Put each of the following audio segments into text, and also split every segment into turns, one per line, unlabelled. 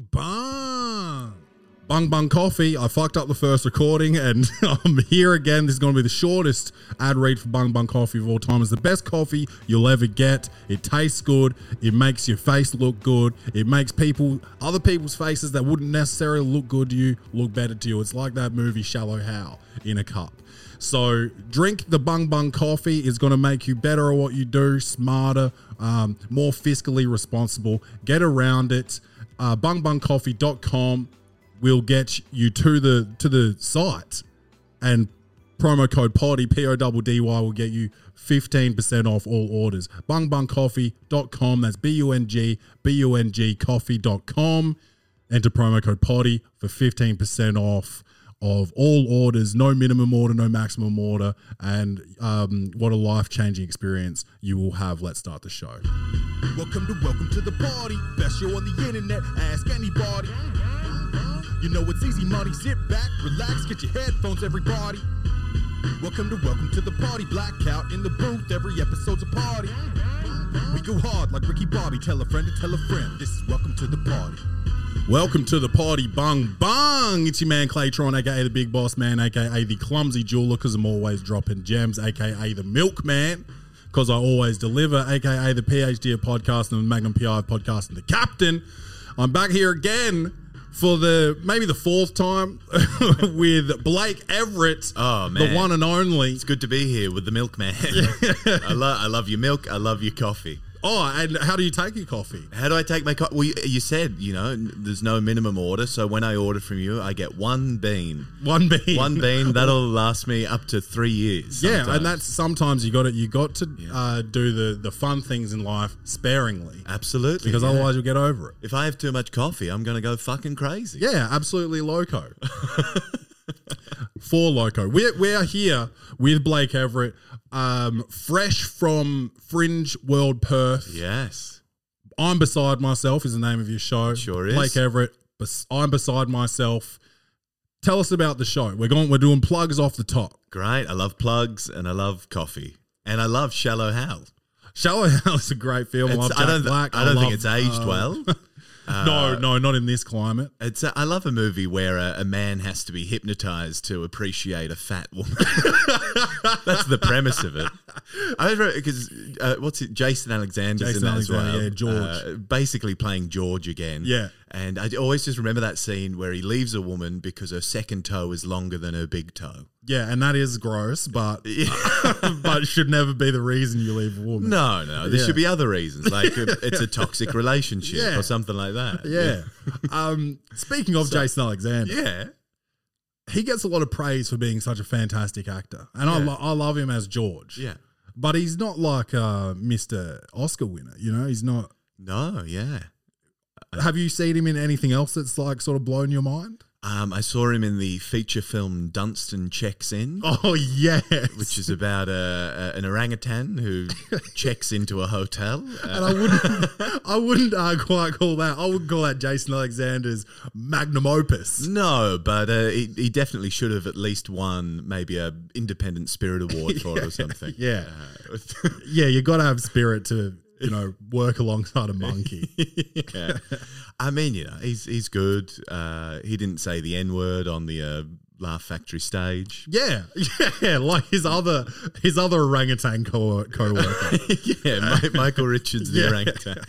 Bong.
Bung Bung Coffee. I fucked up the first recording and I'm here again. This is going to be the shortest ad read for Bung Bung Coffee of all time. It's the best coffee you'll ever get. It tastes good. It makes your face look good. It makes people, other people's faces that wouldn't necessarily look good to you, look better to you. It's like that movie Shallow How in a cup. So drink the Bung Bung Coffee. It's going to make you better at what you do, smarter, um, more fiscally responsible. Get around it. Uh, bungbungcoffee.com will get you to the to the site and promo code potty p-o-d-d-y will get you 15% off all orders bungbungcoffee.com that's b-u-n-g b-u-n-g coffee.com enter promo code potty for 15% off of all orders no minimum order no maximum order and um, what a life-changing experience you will have let's start the show
Welcome to welcome to the party. Best show on the internet. Ask anybody. You know it's easy money. Sit back, relax, get your headphones, everybody. Welcome to welcome to the party. Blackout in the booth. Every episode's a party. We go hard like Ricky Bobby. Tell a friend to tell a friend. This is welcome to the party.
Welcome to the party, bung bung. It's your man Claytron, aka the Big Boss Man, aka the Clumsy Jeweler, because I'm always dropping gems, aka the Milkman, because I always deliver, aka the PhD of podcasting, the Magnum PI of podcasting, the Captain. I'm back here again for the maybe the fourth time with Blake Everett,
Oh,
the
man.
one and only.
It's good to be here with the milkman. I, lo- I love your milk. I love your coffee.
Oh, and how do you take your coffee?
How do I take my coffee? Well, you, you said, you know, n- there's no minimum order. So when I order from you, I get one bean.
One bean.
One bean, that'll last me up to three years.
Yeah,
sometimes.
and that's sometimes you got it. You got to uh, do the the fun things in life sparingly.
Absolutely.
because
yeah.
otherwise you'll get over it.
If I have too much coffee, I'm going to go fucking crazy.
Yeah, absolutely loco. For loco, we're we're here with Blake Everett, um, fresh from Fringe World Perth.
Yes.
I'm beside myself is the name of your show.
Sure is.
Blake Everett. Bes- I'm beside myself. Tell us about the show. We're going. We're doing plugs off the top.
Great. I love plugs and I love coffee. And I love Shallow Hal.
Shallow House is a great film. I
It's-
love
I
Jack
don't,
Oh, Black.
I don't think
love,
it's aged
uh,
well. Uh,
no, no, not in this climate.
It's a, I love a movie where a, a man has to be hypnotized to appreciate a fat woman. That's the premise of it. I because uh, what's it? Jason Alexander's
Jason
in that
Alexander,
as well.
yeah, George.
Uh, basically playing George again.
Yeah.
and I always just remember that scene where he leaves a woman because her second toe is longer than her big toe.
Yeah, and that is gross, but but should never be the reason you leave a woman.
No, no, there
Yeah.
should be other reasons, like uh, it's a toxic relationship
Yeah.
or something like that.
Yeah. um, speaking of Jason Alexander,
yeah.
he gets a lot of praise for being such a fantastic actor, and I,
Yeah.
lo- I love him as George.
Yeah.
But he's not like uh, Mr. Oscar winner, you know. He's not.
No, yeah.
Have you seen him in anything else that's like sort of blown your mind?
Um, I saw him in the feature film Dunstan Checks In,
Oh yes.
which is about a, a, an orangutan who checks into a hotel.
and
Uh,
I wouldn't, I wouldn't uh, quite call that. I would call that Jason Alexander's magnum opus.
no, but uh, he, he definitely should have at least won maybe a Independent Spirit Award for it or something.
Yeah.
Uh,
Yeah, you got to have spirit to you know work alongside a monkey.
yeah. I mean, you know, he's he's good. Uh, he didn't say the N word on the uh, Laugh Factory stage.
Yeah, yeah, like his other his other orangutan co worker.
yeah, Mi- Michael Richards, the
Yeah.
orangutan.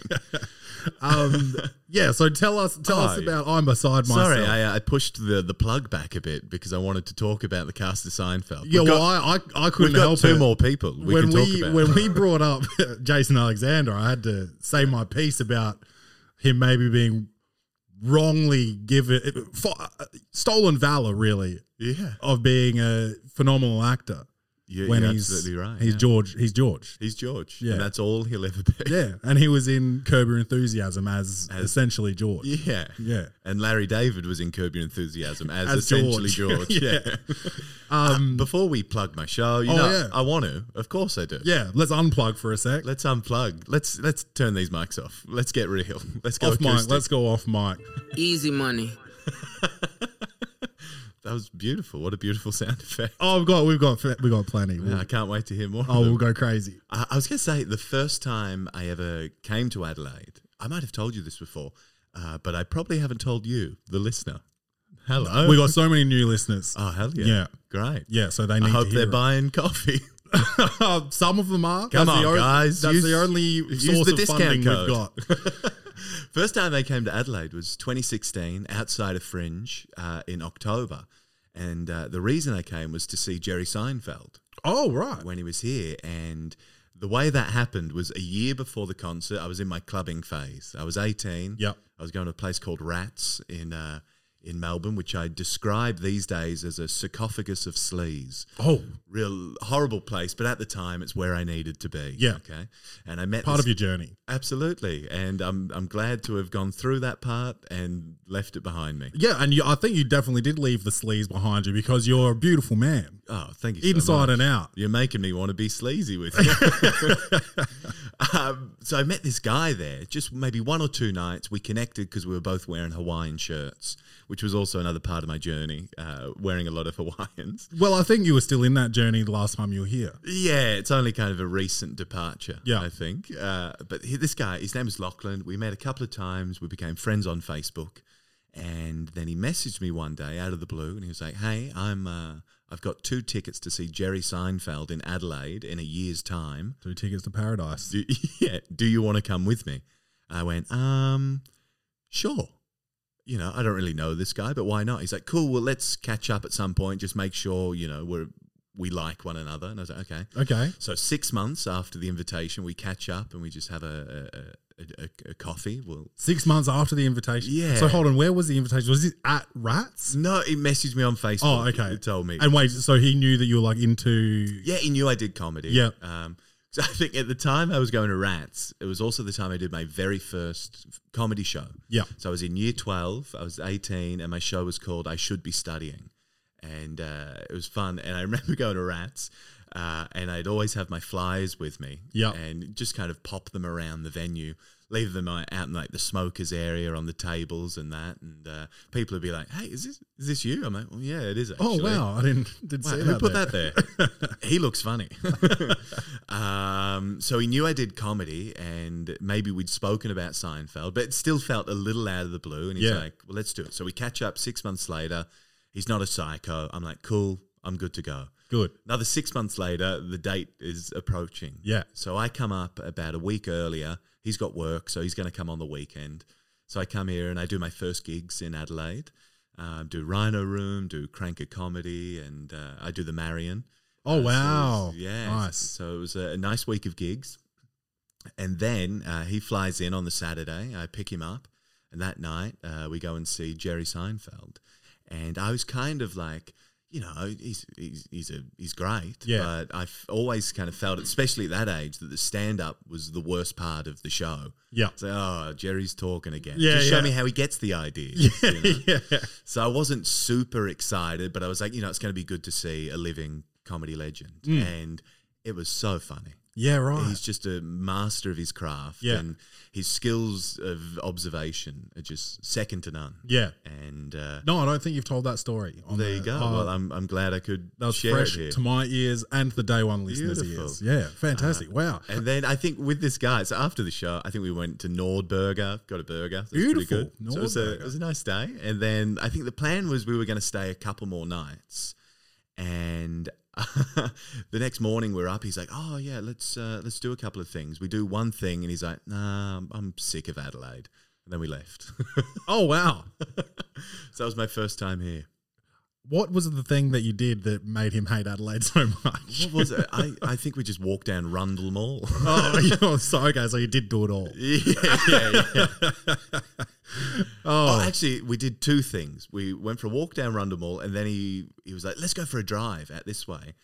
um, yeah, so tell us tell us
Oh.
about I'm beside myself.
Sorry, I, I pushed the, the plug back a bit because I wanted to talk about the cast of Seinfeld.
yeah,
We've
well,
got-
I, I I
we've
couldn't
got
help
two
it.
more people we
when
can talk
we
about.
when we brought up Jason Alexander, I had to say my piece about him maybe being wrongly given for, stolen valor, really,
yeah,
of being a phenomenal actor.
you,
when
you're
he's
absolutely right.
he's
yeah.
George, he's George.
He's George,
Yeah.
and that's all he'll ever be.
Yeah, and he was in Curb Your Enthusiasm as,
As-
essentially George.
Yeah.
Yeah.
And Larry David was in Curb Your Enthusiasm as,
As
essentially
George.
George.
Yeah.
yeah.
Um,
Before we plug my show, you
Oh,
know,
yeah.
I want to. Of course I do.
yeah, let's unplug for a sec.
Let's unplug. Let's let's turn these mics off. Let's get real. Let's go
off mic.
acoustic.
Let's go off mic.
Easy money.
That was beautiful. What a beautiful sound effect.
Oh, we've got we've got we've got plenty. We'll-
I can't wait to hear more. of
oh,
them.
we'll go crazy.
I, I was going to say the first time I ever came to Adelaide, I might have told you this before. Uh, but I probably haven't told you, the listener. Hello.
We got so many new listeners.
oh, hell yeah.
Yeah.
Great.
yeah, so they
I
need
hope
to
they're
hear it.
buying coffee.
Uh, Some of them are.
Come
that's
on,
the only,
guys.
That's
Use-
the only
use
source
the
of
discount
funding
code.
we've got.
First time they came to Adelaide was 2016, outside of Fringe uh, in October. And uh, the reason I came was to see Jerry Seinfeld.
oh, right.
when he was here. And the way that happened was a year before the concert, I was in my clubbing phase. I was 18.
Yep.
I was going to a place called Rats in uh, in Melbourne, which I describe these days as a sarcophagus of sleaze.
Oh,
Real horrible place, but at the time, it's where I needed to be.
Yeah.
Okay. And I met
part
this-
of your journey.
absolutely, and I'm I'm glad to have gone through that part and left it behind me.
Yeah, and you, I think you definitely did leave the sleaze behind you because you're a beautiful man,
Oh, thank you. so
inside
much.
and out.
You're making me want to be sleazy with you. um, so I met this guy there, just maybe one or two nights. We connected because we were both wearing Hawaiian shirts, which was also another part of my journey, uh, wearing a lot of Hawaiians.
Well, I think you were still in that journey the last time you were here.
Yeah, it's only kind of a recent departure,
Yeah.
I think. Uh, but he, this guy, his name is Lachlan. We met a couple of times. We became friends on Facebook. And then he messaged me one day out of the blue and he was like, hey, I'm, uh, I've got two tickets to see Jerry Seinfeld in Adelaide in a year's time.
Two tickets to paradise.
do, yeah, do you want to come with me? I went, um, sure. You know, I don't really know this guy, but why not? He's like, cool. Well, let's catch up at some point. Just make sure you know we're we like one another. And I was like, okay.
Okay.
So six months after the invitation, we catch up and we just have a a, a, a, a coffee. Well,
Six months after the invitation.
Yeah.
So hold on, where was the invitation? Was it at Rats?
no, he messaged me on Facebook.
Oh, okay.
He told me.
And wait, so he knew that you were like into.
Yeah, he knew I did comedy.
Yeah.
Um, so I think at the time I was going to Rats, it was also the time I did my very first f- comedy show.
Yeah.
So I was in year 12, I was 18, and my show was called I Should Be Studying. And uh, it was fun. And I remember going to Rats, uh, and I'd always have my flyers with me.
Yeah.
And just kind of pop them around the venue, leave them out in like the smokers area on the tables and that. And uh, people would be like, hey, is this, is this you? I'm like, well, yeah, it is
Oh
actually.
wow! I didn't didn't
Wow,
see
who
that.
put
there.
that there? he looks funny. um, so he knew I did comedy, and maybe we'd spoken about Seinfeld, but it still felt a little out of the blue. And he's
Yeah.
like, "Well, let's do it." So we catch up six months later. He's not a psycho. I'm like, "Cool, I'm good to go."
Good.
Another six months later, the date is approaching.
Yeah.
So I come up about a week earlier. He's got work, so he's going to come on the weekend. So I come here and I do my first gigs in Adelaide. Um, do Rhino Room, do Cranker Comedy, and uh, I do the Marion.
Oh
Uh, so it
wow!
was- yeah.
Nice.
So it was a, a nice week of gigs. And then uh, he flies in on the Saturday. I pick him up. And that night, uh, we go and see Jerry Seinfeld. And I was kind of like, you know, he's he's he's, a, he's great.
Yeah.
But I've always kind of felt, especially at that age, that the stand up was the worst part of the show.
Yeah.
It's like, oh, Jerry's talking again.
Yeah,
Just show
yeah.
me how he gets the ideas. you know?
yeah.
So I wasn't super excited, but I was like, you know, it's going to be good to see a living comedy legend. And it was so funny.
Yeah. Hmm. Right.
He's just a master of his craft.
Yeah.
And his skills of observation are just second to none.
yeah.
And uh,
No, I don't think you've told that story. On
there you
the-
go.
oh,
well, I'm, I'm glad I could
that was
share
fresh
it here.
to my ears and the day one listeners'
Beautiful. Uh,
ears. Yeah. Fantastic. wow.
and then I think with this guy, so after the show, I think we went to Nordburger, got a burger. So it was pretty
Beautiful,
good. So it was, a, it
Nordburger.
was a nice day. And then I think the plan was we were going to stay a couple more nights. And the next morning we're up. He's like, "Oh yeah, let's uh, let's do a couple of things." We do one thing, and he's like, "Nah, I'm, I'm sick of Adelaide." And then we left.
Oh wow.
so that was my first time here.
What was the thing that you did that made him hate Adelaide so much?
What was it? I, I think we just walked down Rundle Mall.
oh, you know, so okay, so you did do it all.
yeah, yeah, yeah. Oh,
Oh,
actually, we did two things. We went for a walk down Rundle Mall, and then he he was like, "Let's go for a drive out this way."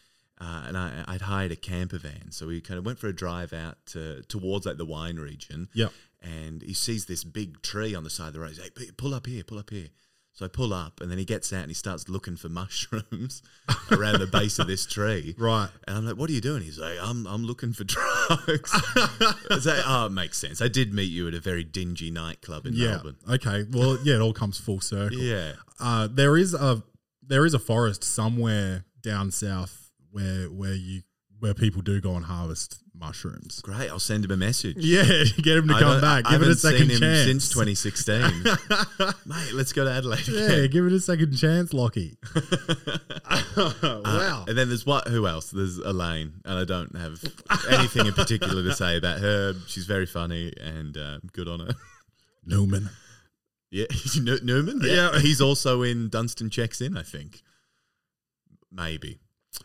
Uh, and I, I'd hired a camper van, so we kind of went for a drive out to, towards like the wine region.
Yep.
And he sees this big tree on the side of the road. He's like, "P- "Pull up here, pull up here." So I pull up, and then he gets out and he starts looking for mushrooms around the base of this tree.
right.
And I'm like, what are you doing? He's like, I'm, I'm looking for drugs. I say, oh, it makes sense. I did meet you at a very dingy nightclub in
Yeah.
Melbourne.
Okay. Well, yeah, it all comes full circle.
Yeah.
Uh, there is a there is a forest somewhere down south where where you where people do go and harvest mushrooms.
Great. I'll send him a message.
Yeah, get him to
I
come
don't-
back.
I
Give it a
haven't
second
seen him
chance.
since 2016. Mate, let's go to Adelaide.
yeah,
again.
give it a second chance, Lockie. Oh, wow.
Uh, And then there's what? Who else? There's Elaine, and I don't have anything in particular to say about her. She's very funny and uh, good on her.
Newman.
Yeah, New- Newman.
Yeah.
he's also in Dunstan checks in. I think maybe.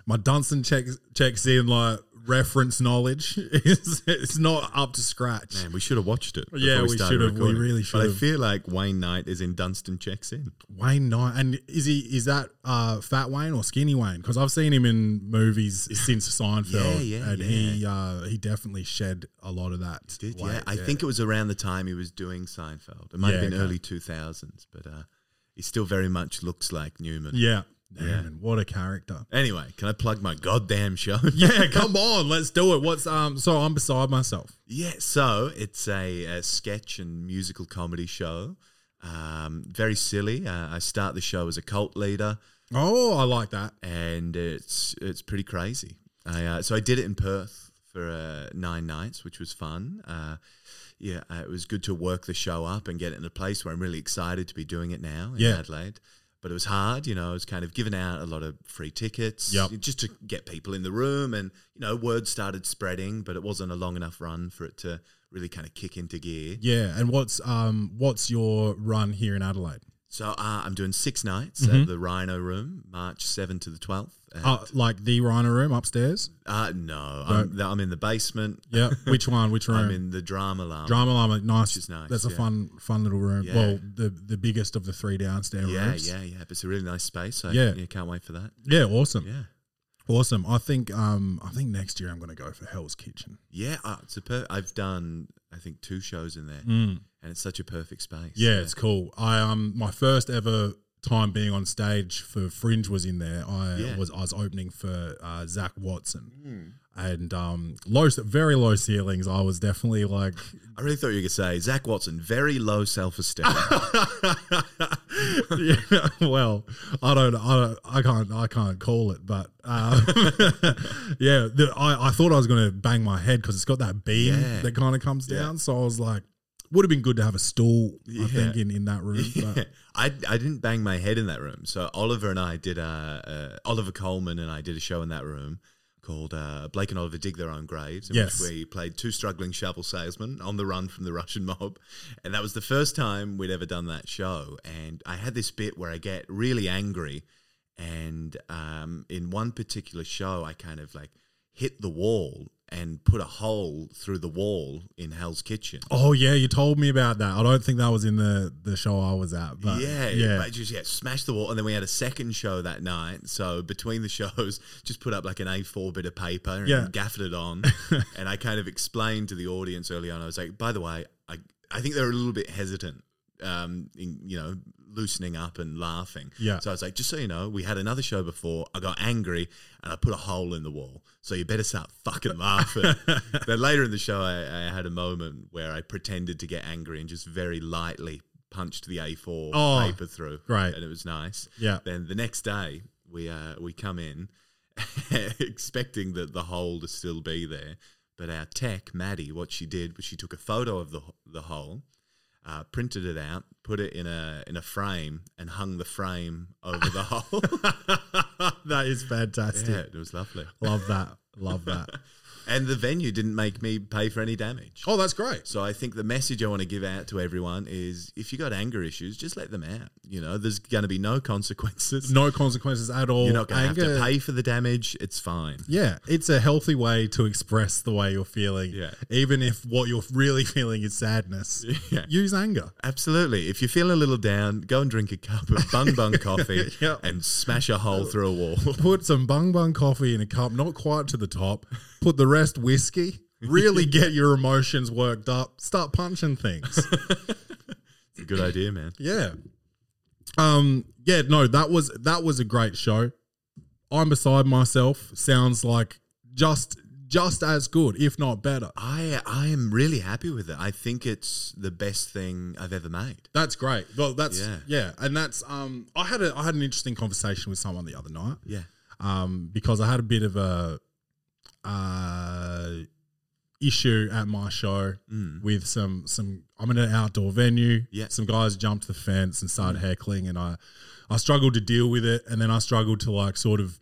My Dunstan checks checks in like reference knowledge. it's, it's not up to scratch.
Man, we should have watched it.
Yeah,
before
we
started
should have. We
recording.
really should
But I
have.
feel like Wayne Knight is in Dunstan checks in.
Wayne Knight, and is he is that uh, Fat Wayne or Skinny Wayne? Because I've seen him in movies since Seinfeld,
Yeah, yeah,
and he uh, he definitely shed a lot of that.
Did
weight,
yeah? I think it was around the time he was doing Seinfeld. It might
Yeah,
have been
okay.
early two thousands, but uh, he still very much looks like Newman.
yeah.
Yeah.
Damn, what a character.
Anyway, can I plug my goddamn show?
Yeah, come on, let's do it. What's um? So I'm beside myself.
Yeah, so it's a, uh sketch and musical comedy show. Um, very silly. Uh, I start the show as a cult leader,
Oh, I like that.
and it's it's pretty crazy. I, uh, so I did it in Perth for uh, nine nights, which was fun. Uh, yeah, uh, it was good to work the show up and get it in a place where I'm really excited to be doing it now in
Yeah.
Adelaide. But it was hard, you know. I was kind of giving out a lot of free tickets
Yep.
just to get people in the room, and you know, word started spreading, but it wasn't a long enough run for it to really kind of kick into gear.
Yeah, and what's um? What's your run here in Adelaide?
So uh, I'm doing six nights
Mm-hmm.
at the Rhino Room, March 7th to the 12th. And,
Uh, like the Rhino room upstairs.
uh, no, I'm, I'm in the basement.
Yeah, which one? Which room?
I'm in the drama lounge.
Drama Llama, nice.
is nice,
That's a
yeah.
fun, fun little room.
Yeah.
Well, the the biggest of the three downstairs
yeah,
rooms.
yeah, yeah. But it's a really nice space. So
Yeah.
yeah, can't wait for that.
Yeah, awesome,
Yeah,
awesome. I think, um, I think next year I'm going to go for Hell's Kitchen.
yeah. Uh, it's a per- I've done I think two shows in there, and it's such a perfect space.
Mm. Yeah, it's cool. I um, my first ever time being on stage for Fringe was in there. I
Yeah. Mm.
was I was opening for uh, Zach Watson, and um, low, very low ceilings. I was definitely like,
I really thought you could say Zach Watson, very low self esteem.
yeah, well, I don't, I don't, I can't, I can't call it, but um, yeah, the, I, I thought I was going to bang my head because it's got that beam
Yeah.
that kind of comes
Yeah.
down. So I was like, would have been good to have a stool, I
Yeah.
think, in, in that room. But
I, I didn't bang my head in that room. So Oliver and I did a uh, Oliver Coleman and I did a show in that room called uh, Blake and Oliver Dig Their Own Graves, in
Yes.
which we played two struggling shovel salesmen on the run from the Russian mob, and that was the first time we'd ever done that show. And I had this bit where I get really angry, and um, in one particular show, I kind of like hit the wall and put a hole through the wall in Hell's Kitchen.
oh yeah, you told me about that. I don't think that was in the the show I was at, but
yeah,
yeah,
But just yeah, smash the wall, and then we had a second show that night. So between the shows, just put up like an A4 bit of paper and
Yeah.
gaffed it on. and I kind of explained to the audience early on. I was like, by the way, I I think they're a little bit hesitant, um, in, you know, loosening up and laughing.
Yeah.
So I was like, just so you know, we had another show before. I got angry and I put a hole in the wall. So you better start fucking laughing. then later in the show, I, I had a moment where I pretended to get angry and just very lightly punched the A4
Oh,
paper through.
great.
And it was nice.
Yeah.
Then the next day, we uh, we come in expecting that the hole to still be there. But our tech, Maddie, what she did was she took a photo of the, the hole uh, printed it out, put it in a in a frame, and hung the frame over the hole.
that is fantastic.
yeah, it was lovely.
Love that, love that.
And the venue didn't make me pay for any damage.
oh, that's great.
So I think the message I want to give out to everyone is: if you got anger issues, just let them out. You know, there's going to be no consequences.
No consequences at all.
You're not going to have
Anger-
to pay for the damage. It's fine.
Yeah, it's a healthy way to express the way you're feeling.
Yeah.
Even if what you're really feeling is sadness,
Yeah.
use anger.
Absolutely. If you feel a little down, go and drink a cup of bung bung coffee
Yeah.
and smash a hole through a wall.
Put some bung bung coffee in a cup, not quite to the top. Put the rest whiskey. Really get your emotions worked up. Start punching things.
Good idea, man.
Yeah. Um. Yeah. No. That was that was a great show. I'm beside myself. Sounds like just just as good, if not better.
I I am really happy with it. I think it's the best thing I've ever made.
That's great. Well, that's yeah.
Yeah.
and that's um. I had a I had an interesting conversation with someone the other night.
Yeah.
um, because I had a bit of a uh, issue at my show
Mm.
with some some. I'm in an outdoor venue.
Yeah. Mm.
Some guys jumped the fence and started heckling, and I I struggled to deal with it, and then I struggled to like sort of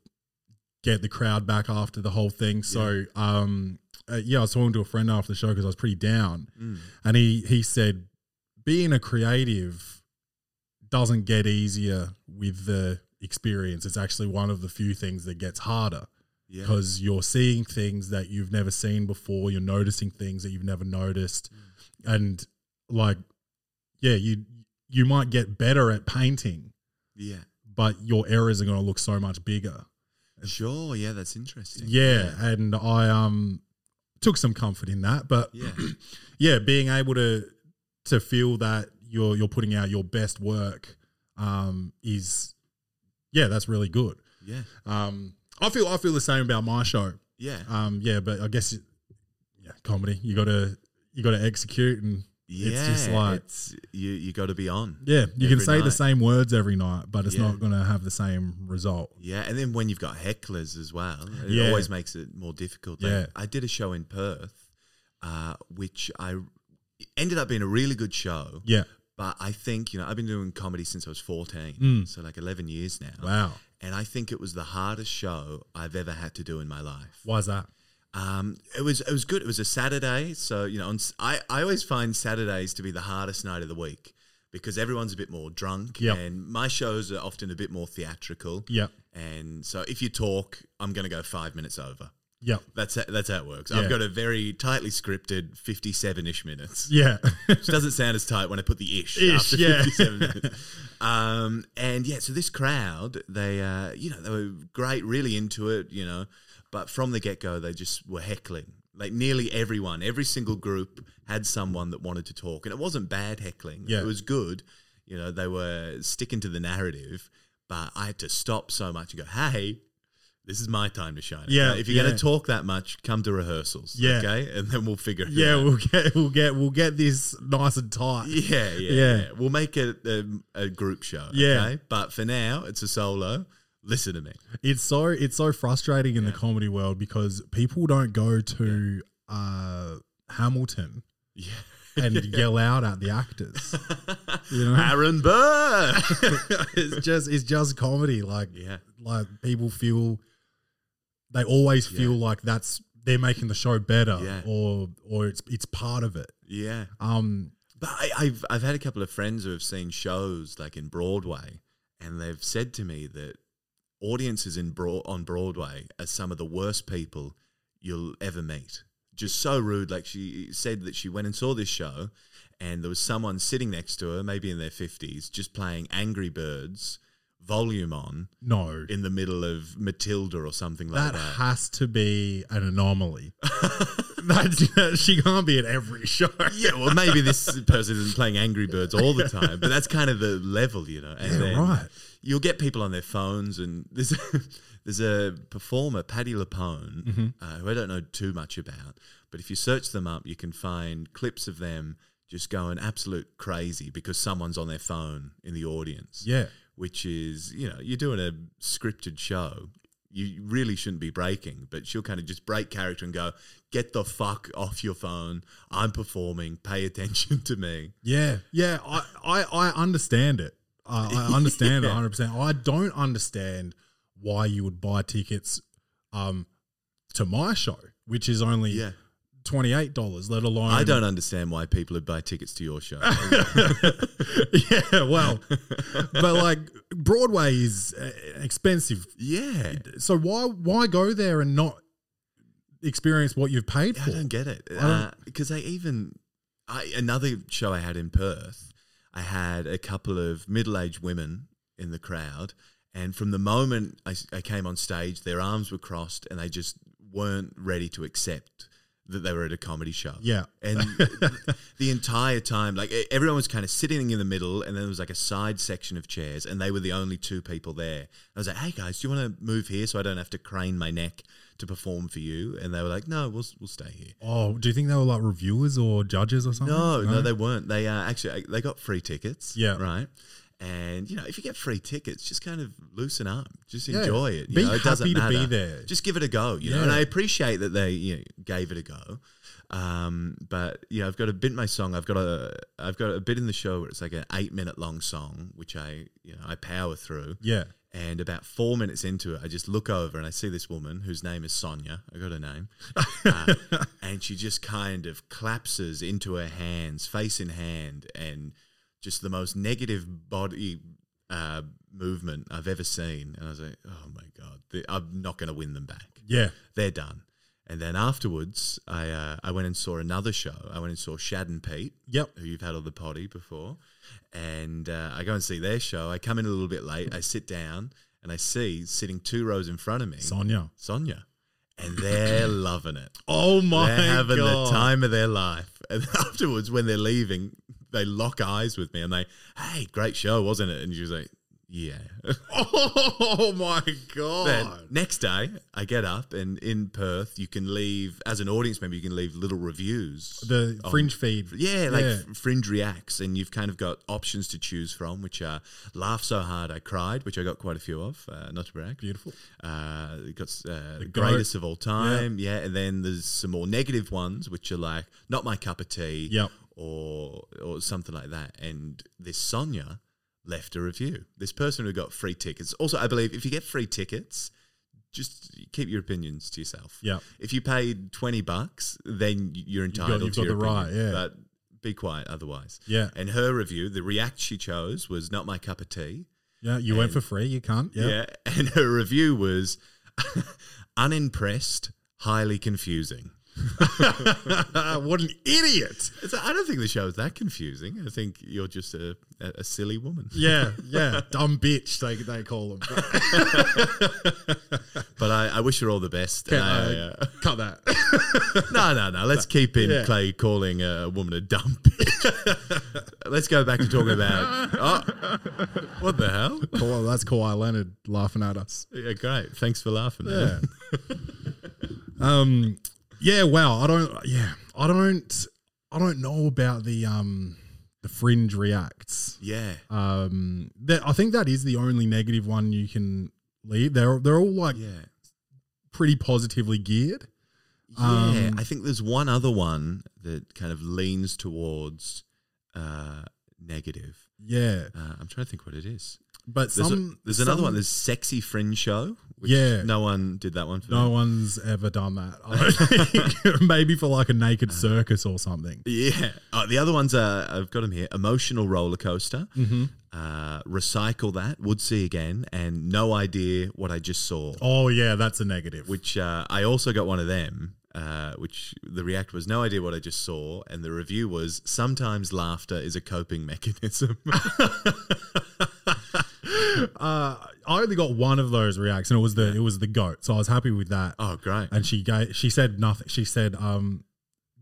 get the crowd back after the whole thing. So um, uh, yeah, I was talking to a friend after the show because I was pretty down,
Mm.
and he he said being a creative doesn't get easier with the experience. It's actually one of the few things that gets harder
Yeah.
because you're seeing things that you've never seen before. You're noticing things that you've never noticed, and like, yeah, you you might get better at painting,
Yeah.
but your errors are going to look so much bigger.
Sure. Yeah, that's interesting.
Yeah, and I um took some comfort in that, but
Yeah.
yeah, being able to to feel that you're you're putting out your best work um, is yeah, that's really good.
Yeah.
Um, I feel I feel the same about my show.
Yeah.
Um, yeah, but I guess it, yeah, comedy you gotta you gotta execute and
Yeah.
it's just like
it's- you you got to be on.
yeah, you can
every
say
night.
the same words every night, but it's
Yeah.
not gonna have the same result.
Yeah, and then when you've got hecklers as well, it
Yeah.
always makes it more difficult. Like,
Yeah.
I did a show in Perth, uh, which I it ended up being a really good show.
Yeah.
But I think you know I've been doing comedy since I was fourteen, so like eleven years now.
Hmm. Wow.
And I think it was the hardest show I've ever had to do in my life.
Why's that?
Um, it was it was good. It was a Saturday, so you know, on, s- I I always find Saturdays to be the hardest night of the week because everyone's a bit more drunk,
Yep.
and my shows are often a bit more theatrical.
Yeah.
And so if you talk, I'm going to go five minutes over.
Yeah.
That's how, that's how it works.
Yeah.
I've got a very tightly scripted 57 ish minutes.
Yeah.
Which doesn't sound as tight when I put the ish,
Ish,
after
yeah.
57 minutes. Um, and yeah, so this crowd, they, uh, you know, they were great, really into it, you know, but from the get go, they just were heckling. Like nearly everyone, every single group had someone that wanted to talk. And it wasn't bad heckling,
Yeah.
it was good. You know, they were sticking to the narrative, but I had to stop so much and go, hey, this is my time to shine.
Yeah,
If you're going
yeah.
to talk that much, come to rehearsals.
Yeah.
Okay. And then we'll figure it
yeah,
out.
we'll get we'll get we'll get this nice and tight.
Yeah, yeah,
Yeah.
yeah, We'll make it um, a group show.
Yeah.
okay? but for now it's a solo. Listen to me.
It's so it's so frustrating in the comedy world because people don't go to uh, Hamilton
Yeah.
and yell out at the actors. you know,
Aaron Burr.
it's just it's just comedy. Like
yeah,
like people feel they always
Yeah.
feel like that's they're making the show better
Yeah.
or or it's it's part of it.
yeah.
Um,
But I, I've I've had a couple of friends who have seen shows like in Broadway, and they've said to me that audiences in Bro- on Broadway are some of the worst people you'll ever meet. Just so rude. Like she said that she went and saw this show, and there was someone sitting next to her, maybe in their fifties, just playing Angry Birds volume on
no.
in the middle of Matilda or something like
that
that.
has to be an anomaly. That's, she can't be at every show.
yeah, well, maybe this person isn't playing Angry Birds all the time, but that's kind of the level, you know. And
Yeah,
then
right.
You'll get people on their phones, and there's there's a performer, Paddy Lapone, uh, who I don't know too much about, but if you search them up, you can find clips of them just going absolute crazy because someone's on their phone in the audience.
Yeah.
which is you know you're doing a scripted show you really shouldn't be breaking but she'll kind of just break character and go get the fuck off your phone i'm performing pay attention to me
Yeah, yeah, I, I, I understand it. I, I understand
Yeah.
it 100%. I don't understand why you would buy tickets um, to my show, which is only
yeah
$28, let alone.
i don't understand why people would buy tickets to your show
yeah, well, but like Broadway is uh, expensive.
yeah
So why why go there and not experience what you've paid
Yeah,
for?
I don't get it
don't-
because I even I another show I had in Perth. I had a couple of middle-aged women in the crowd, and from the moment I, s- I came on stage, their arms were crossed, and they just weren't ready to accept that they were at a comedy show.
Yeah.
and th- the entire time, like e- everyone was kind of sitting in the middle, and then there was like a side section of chairs, and they were the only two people there. I was like, "Hey guys, do you want to move here so I don't have to crane my neck to perform for you?" And they were like, "No, we'll s- we'll stay here."
Oh, do you think they were like reviewers or judges or something?
No, no, they weren't. They uh, actually they got uh, free tickets.
Yeah.
right. And you know, if you get free tickets, just kind of loosen up, just
Yeah.
enjoy it. You
Be
know, it doesn't
happy to be
matter.
there.
Just give it a go. You know, and
Yeah.
I appreciate that they you know, gave it a go. Um, but you know, I've got a bit in my song. I've got a I've got a bit in the show where it's like an eight minute long song, which I you know I power through.
Yeah.
And about four minutes into it, I just look over and I see this woman whose name is Sonia. I got her name. Uh, and she just kind of collapses into her hands, face in hand, and just the most negative body uh, movement I've ever seen. And I was like, oh my God, th- I'm not going to win them back.
Yeah.
They're done. And then afterwards, I, uh, I went and saw another show. I went and saw Shad and Pete
Yep.
who you've had on the potty before, and uh, I go and see their show. I come in a little bit late. I sit down and I see sitting two rows in front of me,
Sonia.
Sonia, and they're loving it.
Oh my
They're having
god.
the time of their life. And afterwards, when they're leaving, they lock eyes with me and they, "Hey, great show, wasn't it?" And she was like, "Yeah."
Oh my god.
Then next day, I get up and in Perth, you can leave as an audience member. You can leave little reviews.
the
on-
fringe feed.
Yeah, like
Oh. Yeah.
f- Fringe reacts, and you've kind of got options to choose from, which are "Laugh So Hard I Cried," which I got quite a few of. Uh, not to brag,
Beautiful.
uh, it got uh, the
Goat.
greatest of all time. Yeah. and then there's some more negative ones, which are like "Not My Cup of Tea,"
Yep.
or or something like that. And this Sonia left a review. This person who got free tickets. Also, I believe if you get free tickets. Just keep your opinions to yourself.
Yeah.
If you paid twenty bucks, then you're
got-
entitled
you've
to
got
your
the right,
opinion.
yeah.
But be quiet otherwise.
Yeah.
And her review, the react she chose was not my cup of tea.
Yeah, you went for free, you can't. Yeah.
Yeah. And her review was unimpressed, highly confusing.
what an idiot.
It's, I don't think the show is that confusing. I think you're just a, a, a silly woman.
Yeah, yeah. Dumb bitch, they they call them.
But I, I wish her all the best.
Can
And I,
I-
uh,
Cut that.
no, no, no. Let's keep in
Yeah.
Clay calling a woman a dumb bitch. let's go back to talking about. Oh, what the hell?
Well, that's Kawhi Leonard laughing at us.
Yeah, great. Thanks for laughing.
Yeah.
man.
um. Yeah. Wow. I don't. Yeah. I don't. I don't know about the um the fringe reacts.
Yeah.
Um. That I think that is the only negative one you can leave. They're they're all like
Yeah.
pretty positively geared.
Yeah,
Um,
I think there's one other one that kind of leans towards uh, negative.
Yeah.
Uh, I'm trying to think what it is.
But
There's, a-
some
there's another one.
some-
There's Sexy Fringe Show. Which
Yeah.
No one did that one for
no
me.
one's ever done that. I don't think. Maybe for like a
Uh-huh.
naked circus or something.
Yeah. Oh, the other ones are, I've got them here Emotional Roller Coaster,
Mm-hmm.
uh, Recycle That, Would See Again, and No Idea What I Just Saw.
Oh yeah, that's a negative.
which uh, I also got one of them. Uh, which the react was no idea what I just saw, and the review was sometimes laughter is a coping mechanism.
Uh, I only got one of those reacts, and it was the it was the goat. So I was happy with that.
oh, great!
And she gave she said nothing. She said, um,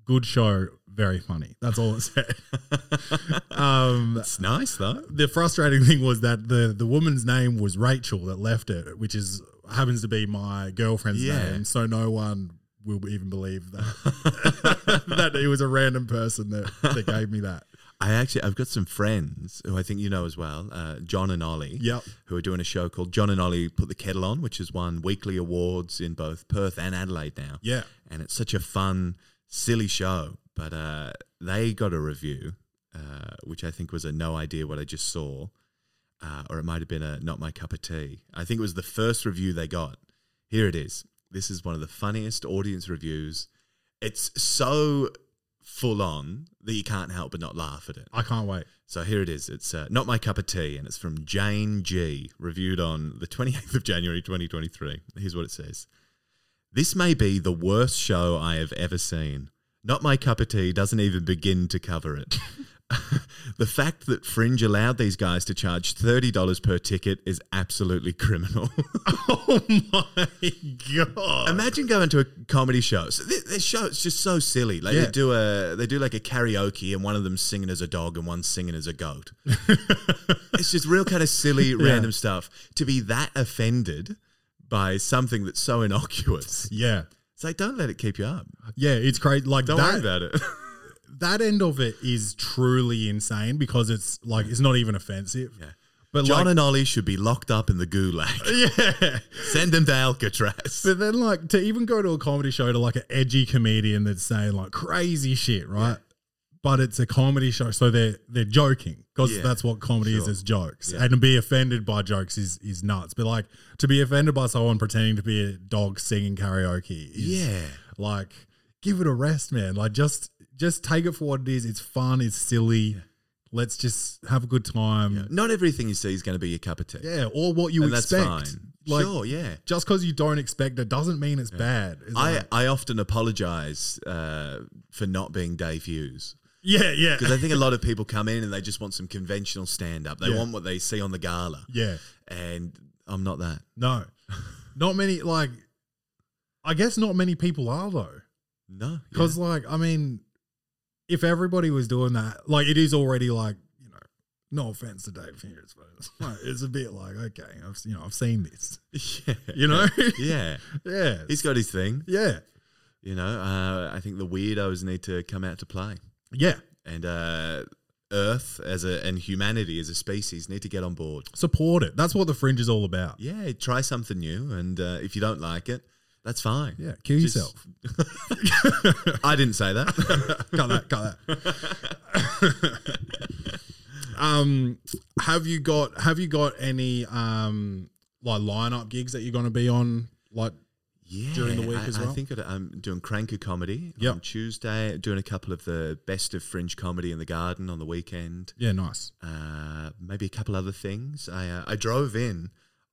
"Good show, very funny." That's all it said. um,
It's nice though.
the frustrating thing was that the the woman's name was Rachel that left it, which is happens to be my girlfriend's
Yeah.
name. So no one will even believe that that it was a random person that that gave me that.
I actually I've got some friends who I think you know as well, uh, John and Ollie.
Yep.
Who are doing a show called John and Ollie Put the Kettle On, which has won weekly awards in both Perth and Adelaide now.
Yeah.
and it's such a fun, silly show. But uh, they got a review, uh, which I think was a no idea what I just saw, uh, or it might have been a not my cup of tea. I think it was the first review they got. Here it is. This is one of the funniest audience reviews. It's so full on that you can't help but not laugh at it.
I can't wait.
So here it is. It's uh, not my cup of tea, and it's from Jane G, reviewed on the 28th of January 2023. Here's what it says This may be the worst show I have ever seen. Not my cup of tea doesn't even begin to cover it. the fact that Fringe allowed these guys to charge $30 per ticket is absolutely criminal.
Oh my god!
Imagine going to a comedy show. So this, this show is just so silly. Like
Yeah.
they do a they do like a karaoke, and one of them singing as a dog, and one singing as a goat. it's just real kind of silly, random stuff. To be that offended by something that's so innocuous,
Yeah.
it's like don't let it keep you up.
Yeah, it's crazy. Like
Don't worry
that,
about it.
that end of it is truly insane because it's like it's not even offensive.
Yeah.
But
John
like,
and Ollie should be locked up in the gulag.
yeah.
Send them to Alcatraz.
But then, like, to even go to a comedy show to like an edgy comedian that's saying like crazy shit, right? But it's a comedy show, so they're they're joking because
Yeah,
that's what comedy is
sure.
is jokes,
Yeah.
and to be offended by jokes is is nuts. But like to be offended by someone pretending to be a dog singing karaoke, is,
Yeah.
like give it a rest, man. Like just just take it for what it is. It's fun. It's silly. Let's just have a good time.
Not everything you see is going to be your cup of tea.
Yeah, or what you
and that's
expect.
fine.
Like,
sure, yeah.
Just because you don't expect it doesn't mean it's bad. It's
I,
like-
I often apologize uh, for not being Dave Hughes.
yeah, yeah.
Because I think a lot of people come in and they just want some conventional stand up. They
Yeah.
want what they see on the gala.
Yeah.
And I'm not that.
No. Not many like I guess not many people are though.
No. yeah.
Cuz like I mean if everybody was doing that like it is already like, you know, no offense to Dave Hughes, but it's, like, it's a bit like okay, I've you know, I've seen this.
Yeah.
You know?
Yeah.
yeah.
He's got his thing.
Yeah.
You know, uh, I think the weirdos need to come out to play.
Yeah.
And uh, Earth as a and humanity as a species need to get on board.
Support it. That's what the fringe is all about.
Yeah, try something new. And uh, if you don't like it, that's fine.
Yeah, kill
Just-
yourself.
I didn't say that.
got that. Got that. um, have you got have you got any um like lineup gigs that you're going to be on? Like,
yeah,
During the week
I,
as
I
well?
think it- I'm doing Cranker comedy
Yep.
on Tuesday. Doing a couple of the best of fringe comedy in the garden on the weekend.
yeah, nice.
Uh, maybe a couple other things. I uh, I drove in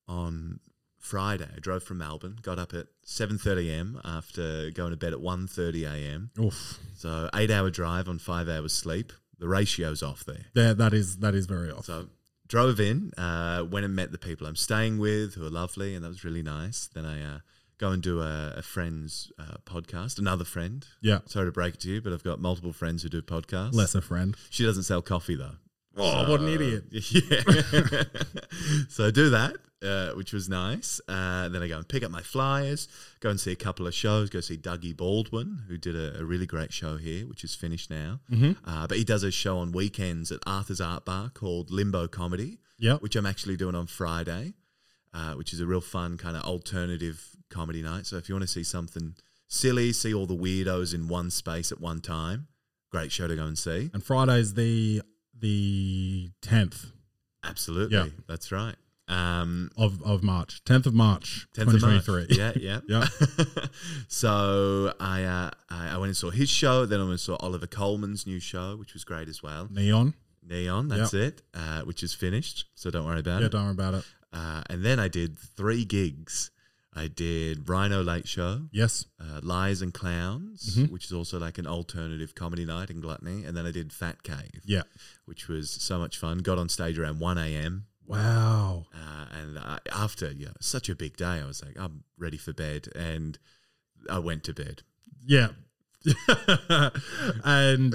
on Friday. I drove from Melbourne. Got up at 7:30 a.m. after going to bed at 1:30 a.m.
Oof,
So eight hour drive on five hours sleep. The ratio's off there.
yeah, that is that is very off.
So drove in, uh, went and met the people I'm staying with who are lovely, and that was really nice. Then I uh, go and do a, a friend's uh, podcast, another friend.
Yeah,
Sorry to break it to you, but I've got multiple friends who do podcasts.
lesser friend.
She doesn't sell coffee though.
Oh, what an idiot!
Yeah. so I do that, uh, which was nice. Uh, then I go and pick up my flyers, go and see a couple of shows, go see Dougie Baldwin, who did a, a really great show here, which is finished now.
Mm-hmm.
Uh, but he does a show on weekends at Arthur's Art Bar called Limbo Comedy,
Yep.
which I'm actually doing on Friday, uh, which is a real fun kind of alternative comedy night. So if you want to see something silly, see all the weirdos in one space at one time, great show to go and see.
And Friday's the the tenth
Absolutely.
Yeah.
That's right. Um,
of of March, tenth of March,
10th
twenty
of
twenty
March.
three.
Yeah, yeah.
Yeah.
so I, uh, I I went and saw his show. Then I went and saw Oliver Coleman's new show, which was great as well.
Neon.
Neon, that's it, uh, which is finished. So don't worry about
Yeah,
it.
don't worry about it.
Uh, and then I did three gigs. I did Rhino Late Show,
Yes.
uh, Lies and Clowns, which is also like an alternative comedy night in Gluttony. And then I did Fat Cave,
Yeah.
which was so much fun. Got on stage around 1 a.m.
Wow.
Uh, and I, after you know, such a big day, I was like, I'm ready for bed, and I went to bed.
Yeah. and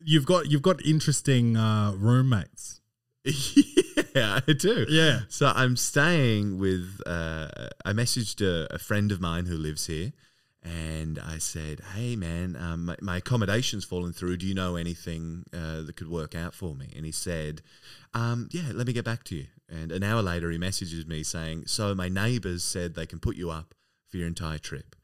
you've got you've got interesting uh, roommates.
yeah, I do.
Yeah.
So I'm staying with. Uh, I messaged a, a friend of mine who lives here, and I said, "Hey, man, um, my, my accommodation's fallen through. Do you know anything uh, that could work out for me?" And he said, um, "Yeah, let me get back to you." And an hour later, he messages me saying, "So my neighbours said they can put you up for your entire trip."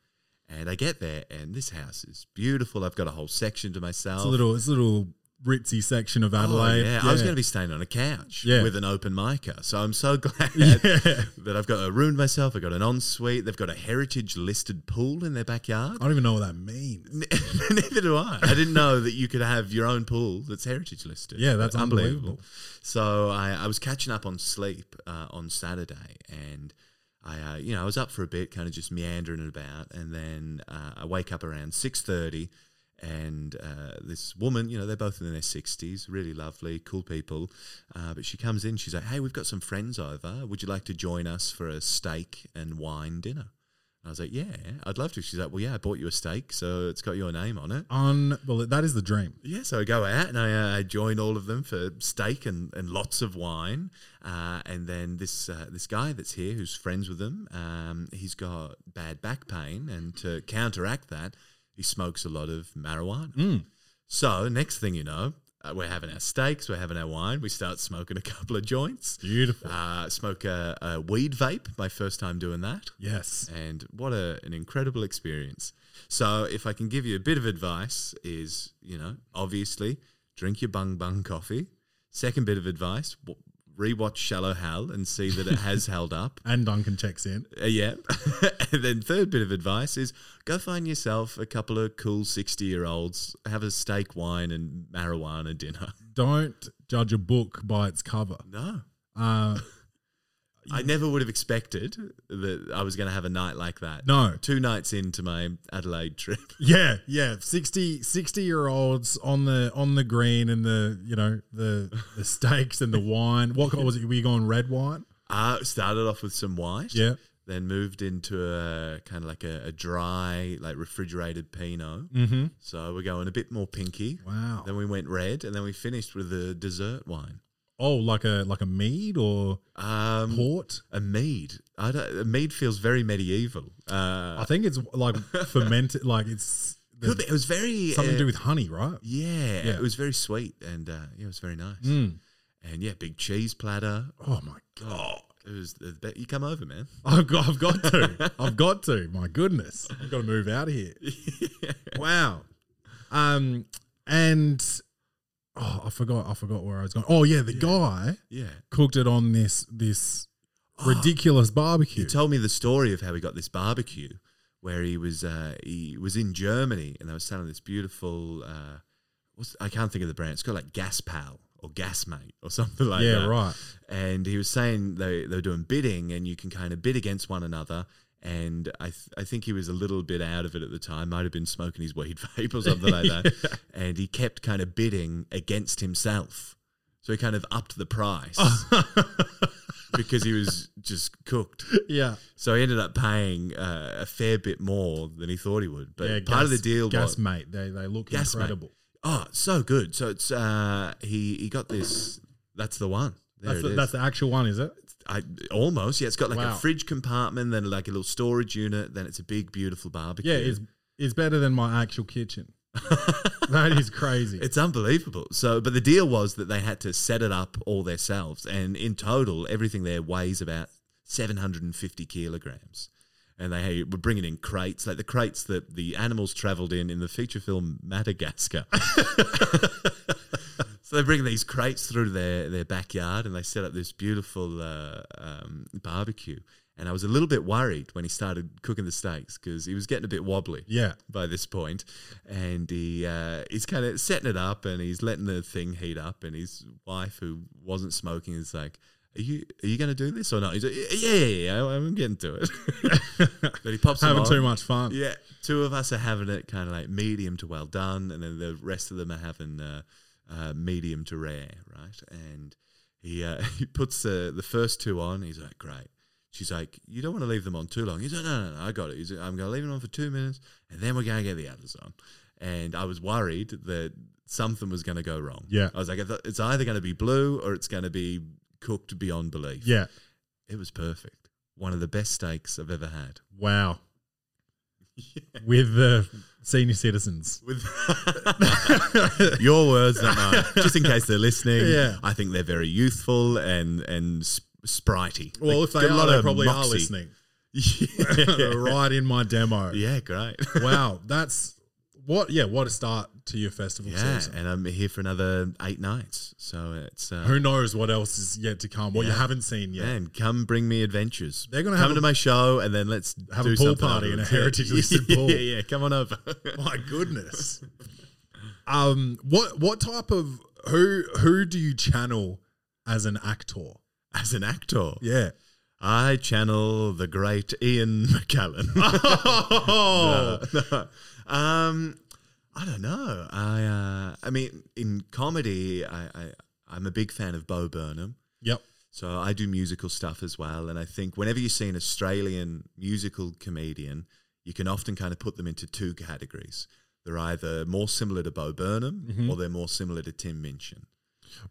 And I get there, and this house is beautiful. I've got a whole section to myself.
It's a little it's a little ritzy section of Adelaide.
Oh, yeah. I was going to be staying on a couch
Yeah.
with an open micer. So I'm so glad
Yeah.
that I've got a room to myself. I've got an ensuite. They've got a heritage listed pool in their backyard.
I don't even know what that means.
Neither do I. I didn't know that you could have your own pool that's heritage listed.
Yeah, that's unbelievable.
So I, I was catching up on sleep uh, on Saturday, and I, uh, you know, I was up for a bit, kind of just meandering about, and then uh, I wake up around six thirty, and uh, this woman, you know, they're both in their sixties, really lovely, cool people, uh, but she comes in, she's like, "Hey, we've got some friends over. Would you like to join us for a steak and wine dinner?" And I was like, "Yeah, I'd love to." She's like, "Well, yeah, I bought you a steak, so it's got your name on it."
Unbelievable. That is the dream.
Yeah, so I go out and I, uh, I join all of them for steak and, and lots of wine. Uh, and then this uh, this guy that's here who's friends with them, um, he's got bad back pain, and to counteract that, he smokes a lot of marijuana. So next thing you know, Uh, we're having our steaks, we're having our wine. We start smoking a couple of joints.
Beautiful.
Uh, smoke a, a weed vape. My first time doing that
Yes.
and what a, an incredible experience. So, if I can give you a bit of advice, is you know, obviously, drink your bung bung coffee. Second bit of advice: w- rewatch Shallow Hal and see that it has held up.
And Duncan checks in.
Uh, yeah. and then third bit of advice is go find yourself a couple of cool sixty-year-olds, have a steak, wine, and marijuana dinner.
Don't judge a book by its cover.
No.
Uh,
I never would have expected that I was going to have a night like that.
no.
Two nights into my Adelaide trip.
Yeah, yeah. 60, 60 year olds on the on the green and the you know the the steaks and the wine. What color was it? Were you going red wine?
Uh, started off with some white.
Yeah.
Then moved into a kind of like a, a dry, like refrigerated Pinot.
Mm-hmm.
So we're going a bit more pinky.
Wow.
Then we went red, and then we finished with a dessert wine.
Oh, like a like a mead or
Um,
port.
a mead. I don't, a mead feels very medieval.
I
Uh,
think it's like fermented. Like it's Oh, the-
could be- it was very
something to
uh,
do with honey, right?
yeah,
Yeah.
It was very sweet, and uh, yeah, it was very nice.
Mm.
And yeah, big cheese platter.
Oh my god.
Oh, it was. The, be- you come over, man.
I've got, I've got to. I've got to. My goodness. I've got to move out of here. Wow. Um, and oh, I forgot. I forgot where I was going. Oh yeah, the guy
yeah.
cooked it on this this ridiculous barbecue.
He Oh. told me the story of how he got this barbecue, where he was uh, he was in Germany and they were selling this beautiful. Uh, what's, I can't think of the brand. It's called like Gaspal or Gasmate or something like that.
yeah, right.
And he was saying they they were doing bidding and you can kind of bid against one another. And I th- I think he was a little bit out of it at the time. Might have been smoking his weed vape or something like that. And he kept kind of bidding against himself. So he kind of upped the price because he was just cooked.
yeah.
So he ended up paying uh, a fair bit more than he thought he would. But
yeah,
part of the
gas-
deal
gas
was
mate. They they look
Gas Mate.
incredible.
oh, so good. So it's uh, he he got this. That's the one. There
That's
it
the,
is.
that's the actual one, is it?
I, almost yeah. It's got like
Wow.
a fridge compartment, then like a little storage unit, then it's a big beautiful barbecue.
Yeah, it's it's better than my actual kitchen. that is crazy.
It's unbelievable. So, but the deal was that they had to set it up all themselves, and in total, everything there weighs about 750 kilograms. And they were bringing in crates, like the crates that the animals travelled in in the feature film Madagascar. so they bring these crates through to their their backyard, and they set up this beautiful uh, um, barbecue. And I was a little bit worried when he started cooking the steaks because he was getting a bit wobbly
yeah.
by this point, and he uh, he's kind of setting it up, and he's letting the thing heat up, and his wife, who wasn't smoking, is like, "Are you are you going to do this or not?" He's like, "Yeah, yeah, yeah, yeah, I'm getting to it." but he pops it
Having
on.
too much fun.
Yeah, two of us are having it kind of like medium to well done, and then the rest of them are having uh, uh, medium to rare, right? And he uh, he puts the the first two on. He's like, great. She's like, you don't want to leave them on too long. He's like, no, no, no, I got it. He's like, I'm going to leave them on for two minutes, and then we're going to get the others on. And I was worried that something was going to go wrong.
Yeah.
I was like, I thought it's either going to be blue or it's going to be cooked beyond belief.
Yeah.
It was perfect. One of the best steaks I've ever had.
Wow. With the senior citizens.
with your words, not mine. uh, Just in case they're listening,
Yeah.
I think they're very youthful and and sp- spritey.
Well, if they
got a
are,
lot
they
of
probably are
moxie.
listening. They're
yeah.
right in my demo.
yeah, great.
Wow, that's what. Yeah, what a start to your festival
Yeah,
season.
and I'm here for another eight nights, so it's uh,
Who knows what else is yet to come? What you
Yeah.
haven't seen yet.
man, come bring me adventures.
They're gonna
come
have
to
a-
my show, and then let's
Have a
do
pool
something
party in a
afterwards.
heritage
Yeah.
listed pool.
Yeah, yeah, come on over.
My goodness. um, what what type of who who do you channel as an actor?
As an actor,
Yeah.
I channel the great Ian McKellen.
Oh,
no. Um, I don't know. I uh, I mean, in comedy, I, I I'm a big fan of Bo Burnham,
yep.
so I do musical stuff as well. And I think whenever you see an Australian musical comedian, you can often kind of put them into two categories. They're either more similar to Bo Burnham or they're more similar to Tim Minchin.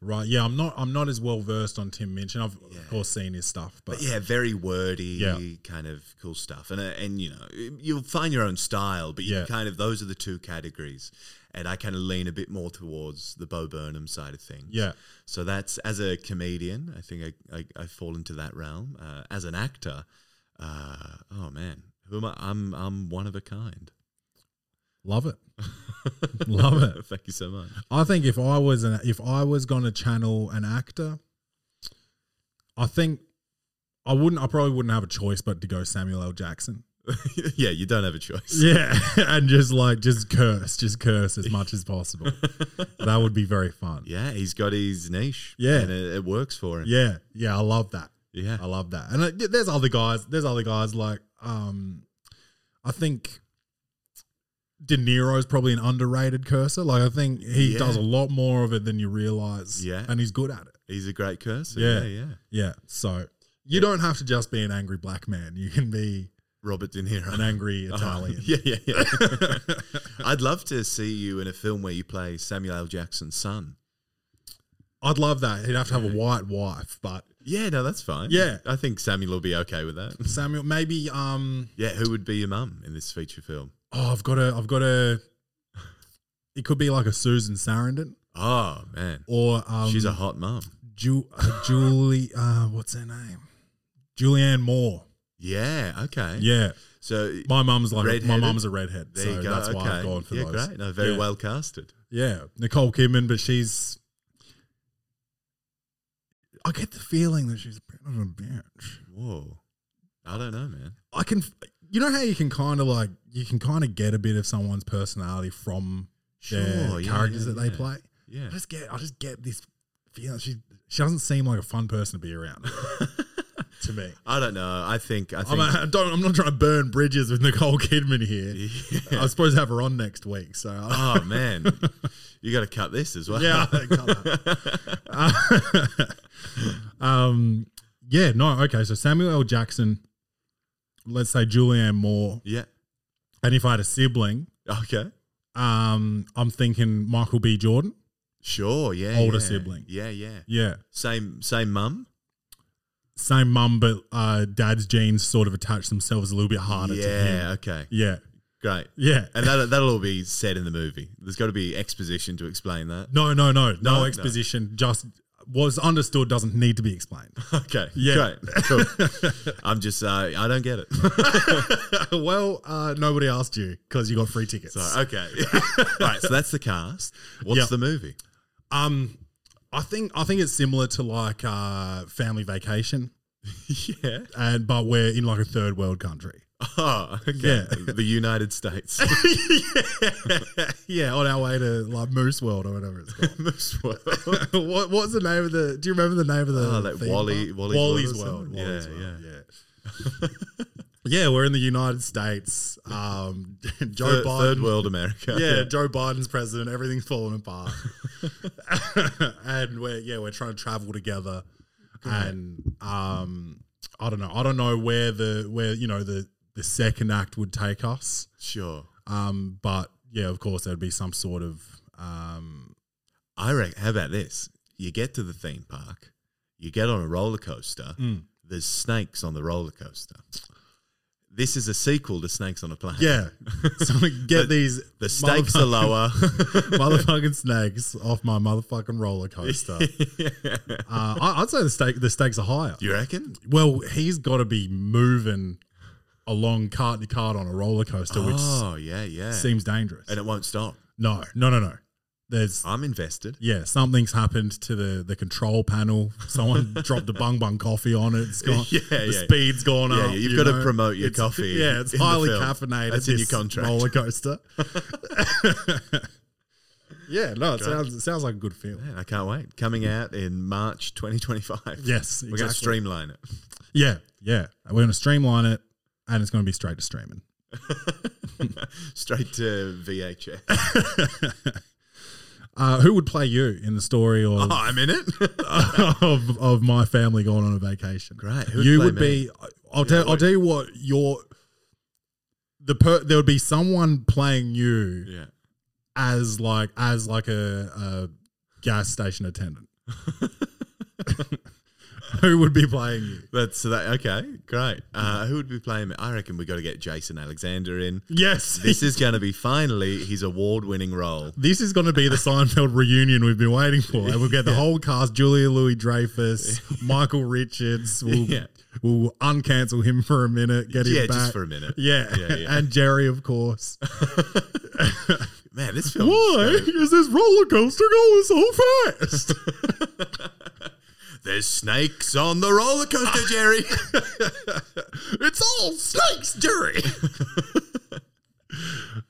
Right. Yeah, I'm not. I'm not as well versed on Tim Minchin. I've of
Yeah.
course seen his stuff, but,
But yeah, very wordy,
Yeah.
kind of cool stuff. And uh, and you know, you'll find your own style, but you
Yeah.
can kind of those are the two categories. And I kind of lean a bit more towards the Bo Burnham side of things.
yeah,
So that's as a comedian, I think I I, I fall into that realm. Uh, as an actor, uh, oh man, who am I? I'm I'm one of a kind.
love it. Love it.
Thank you so much.
I think if I was an if I was gonna channel an actor, I think I wouldn't. I probably wouldn't have a choice but to go Samuel L. Jackson.
yeah, you don't have a choice.
Yeah, and just like just curse, just curse as much as possible. that would be very fun.
Yeah, he's got his niche.
Yeah.
and it, it works for him.
Yeah, yeah, I love that.
Yeah.
I love that. And uh, th- there's other guys. There's other guys like um, I think De Niro is probably an underrated cursor. Like I think he
Yeah.
does a lot more of it than you realize.
Yeah.
and he's good at it.
He's a great cursor.
Yeah.
yeah. yeah.
Yeah, so you don't have to just be an angry black man. You can be
Robert De Niro.
an angry Italian.
Uh-huh. yeah, yeah, yeah. I'd love to see you in a film where you play Samuel L. Jackson's son.
I'd love that. He'd have to have a white wife, but
Yeah, no, that's fine.
Yeah.
I think Samuel will be okay with that.
Samuel maybe um
Yeah, who would be your mum in this feature film?
oh I've got a I've got a it could be like a Susan Sarandon
Oh man,
or um
she's a hot mum.
Ju- uh, Julie, uh, what's her name? Julianne Moore.
Yeah, okay.
Yeah,
So
my mum's like a, my
Redheaded?
mum's a redhead,
there
so
you go.
that's
okay.
why I've gone for
yeah,
those.
great. No, very
Yeah.
well casted.
Yeah, Nicole Kidman, but she's. I get the feeling that she's a bit of a bitch.
Whoa, I don't know, man.
I can, you know how you can kind of like you can kind of get a bit of someone's personality from their
yeah,
characters
yeah,
that they
yeah.
play.
Yeah.
I just get, I just get this feeling she she doesn't seem like a fun person to be around. to me,
I don't know. I think I
I'm,
think
a, I don't, I'm not trying to burn bridges with Nicole Kidman here.
Yeah.
I was supposed to have her on next week, so uh,
Oh man, you got to cut this as well.
yeah. I got that. Uh, um, yeah, no, okay. So Samuel L. Jackson, let's say Julianne Moore,
yeah.
and if I had a sibling,
Okay.
um, I'm thinking Michael B. Jordan.
Sure. Yeah.
Older
yeah.
sibling.
Yeah. Yeah.
Yeah,
Same. Same mum.
same mum, but uh, dad's genes sort of attach themselves a little bit harder to him.
Yeah. Okay.
Yeah,
Great.
yeah.
And that that'll all be said in the movie. There's got to be exposition to explain that.
No, no, no, no,
no.
exposition. Just was understood doesn't need to be explained.
Okay.
Yeah.
Great. Cool. I'm just. Uh, I don't get it.
well, uh, nobody asked you because you got free tickets.
So, okay. all right. So that's the cast. What's
Yep.
the movie?
Um, I think I think it's similar to like uh, family vacation,
yeah.
and but we're in like a third world country.
Oh. Okay.
Yeah.
The United States.
yeah, on our way to like Moose World or whatever it's called.
This world.
what what's the name of the? Do you remember the name of the?
Oh, like
theme
Wally-
park?
Wally's
Wally's
World
World.
or
Wally's
something?
World. Yeah, yeah. yeah, we're in the United States. Um, Joe
Third,
Biden.
third world America.
yeah, Joe Biden's president. Everything's falling apart, and we're yeah, we're trying to travel together, and um, I don't know, I don't know where the where you know the the second act would take us,
Sure.
um, but yeah, of course there'd be some sort of um,
I reckon. How about this? You get to the theme park, you get on a roller coaster.
Mm.
There's snakes on the roller coaster. This is a sequel to Snakes on a Plane.
yeah, so we get these
the stakes are lower.
motherfucking motherfucking snakes off my motherfucking roller coaster. Uh, I, I'd say the stake the stakes are higher.
you reckon?
Well, he's got to be moving along cart to cart on a roller coaster, which
oh yeah, yeah.
seems dangerous.
and it won't stop.
No, no, no, no. There's
I'm invested.
yeah, something's happened to the the control panel. Someone dropped a bung bung coffee on it. It's gone.
Yeah,
the
yeah.
speed's gone
Yeah,
up.
yeah, you've
you
gotta
know.
promote your
It's-
coffee
Yeah, it's
in the
highly
film.
caffeinated.
That's in your
this
contract.
Roller coaster. yeah, no, it sounds it sounds like a good film.
Man, I can't wait. Coming out in March 2025.
Yes,
we're going to
exactly.
streamline it.
Yeah, yeah. We're gonna streamline it, and it's gonna be straight to streaming.
Straight to VHS.
Uh, who would play you in the story of,
Oh, I'm in it.
of of my family going on a vacation?
Great. Who would
You
play
would
me?
be. I'll tell. I'll tell you what. Your the per, there would be someone playing you
yeah.
as like as like a, gas station attendant. Who would be playing you?
That's so that. Okay, great.
Mm.
Uh, who would be playing me? I reckon we got to get Jason Alexander in.
Yes.
This is going to be finally his award-winning role.
This is going to be the Seinfeld reunion we've been waiting for. And we'll get the whole cast Julia Louis Dreyfus, Michael Richards. We'll,
Yeah.
we'll uncancel him for a minute, get him
Yeah,
back.
just for a minute.
Yeah.
Yeah, yeah.
And Jerry, of course.
Man, this film.
Why is this roller coaster going so fast?
There's snakes on the roller coaster, Jerry.
it's all snakes, Jerry.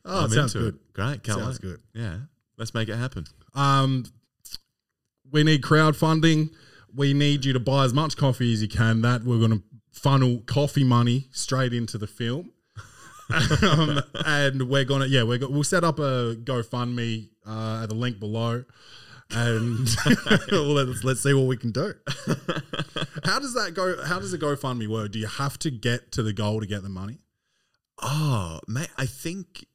oh,
I'm
sounds
into
good.
It. Great. Can't
Sounds
wait.
good.
Yeah. Let's make it happen.
Um, we need crowdfunding. We need you to buy as much coffee as you can. That we're going to funnel coffee money straight into the film. um, and we're gonna yeah we're go- we'll set up a GoFundMe uh, at the link below, and let's let's see what we can do. how does that go? How does the GoFundMe work? Do you have to get to the goal to get the money?
Oh, mate, I think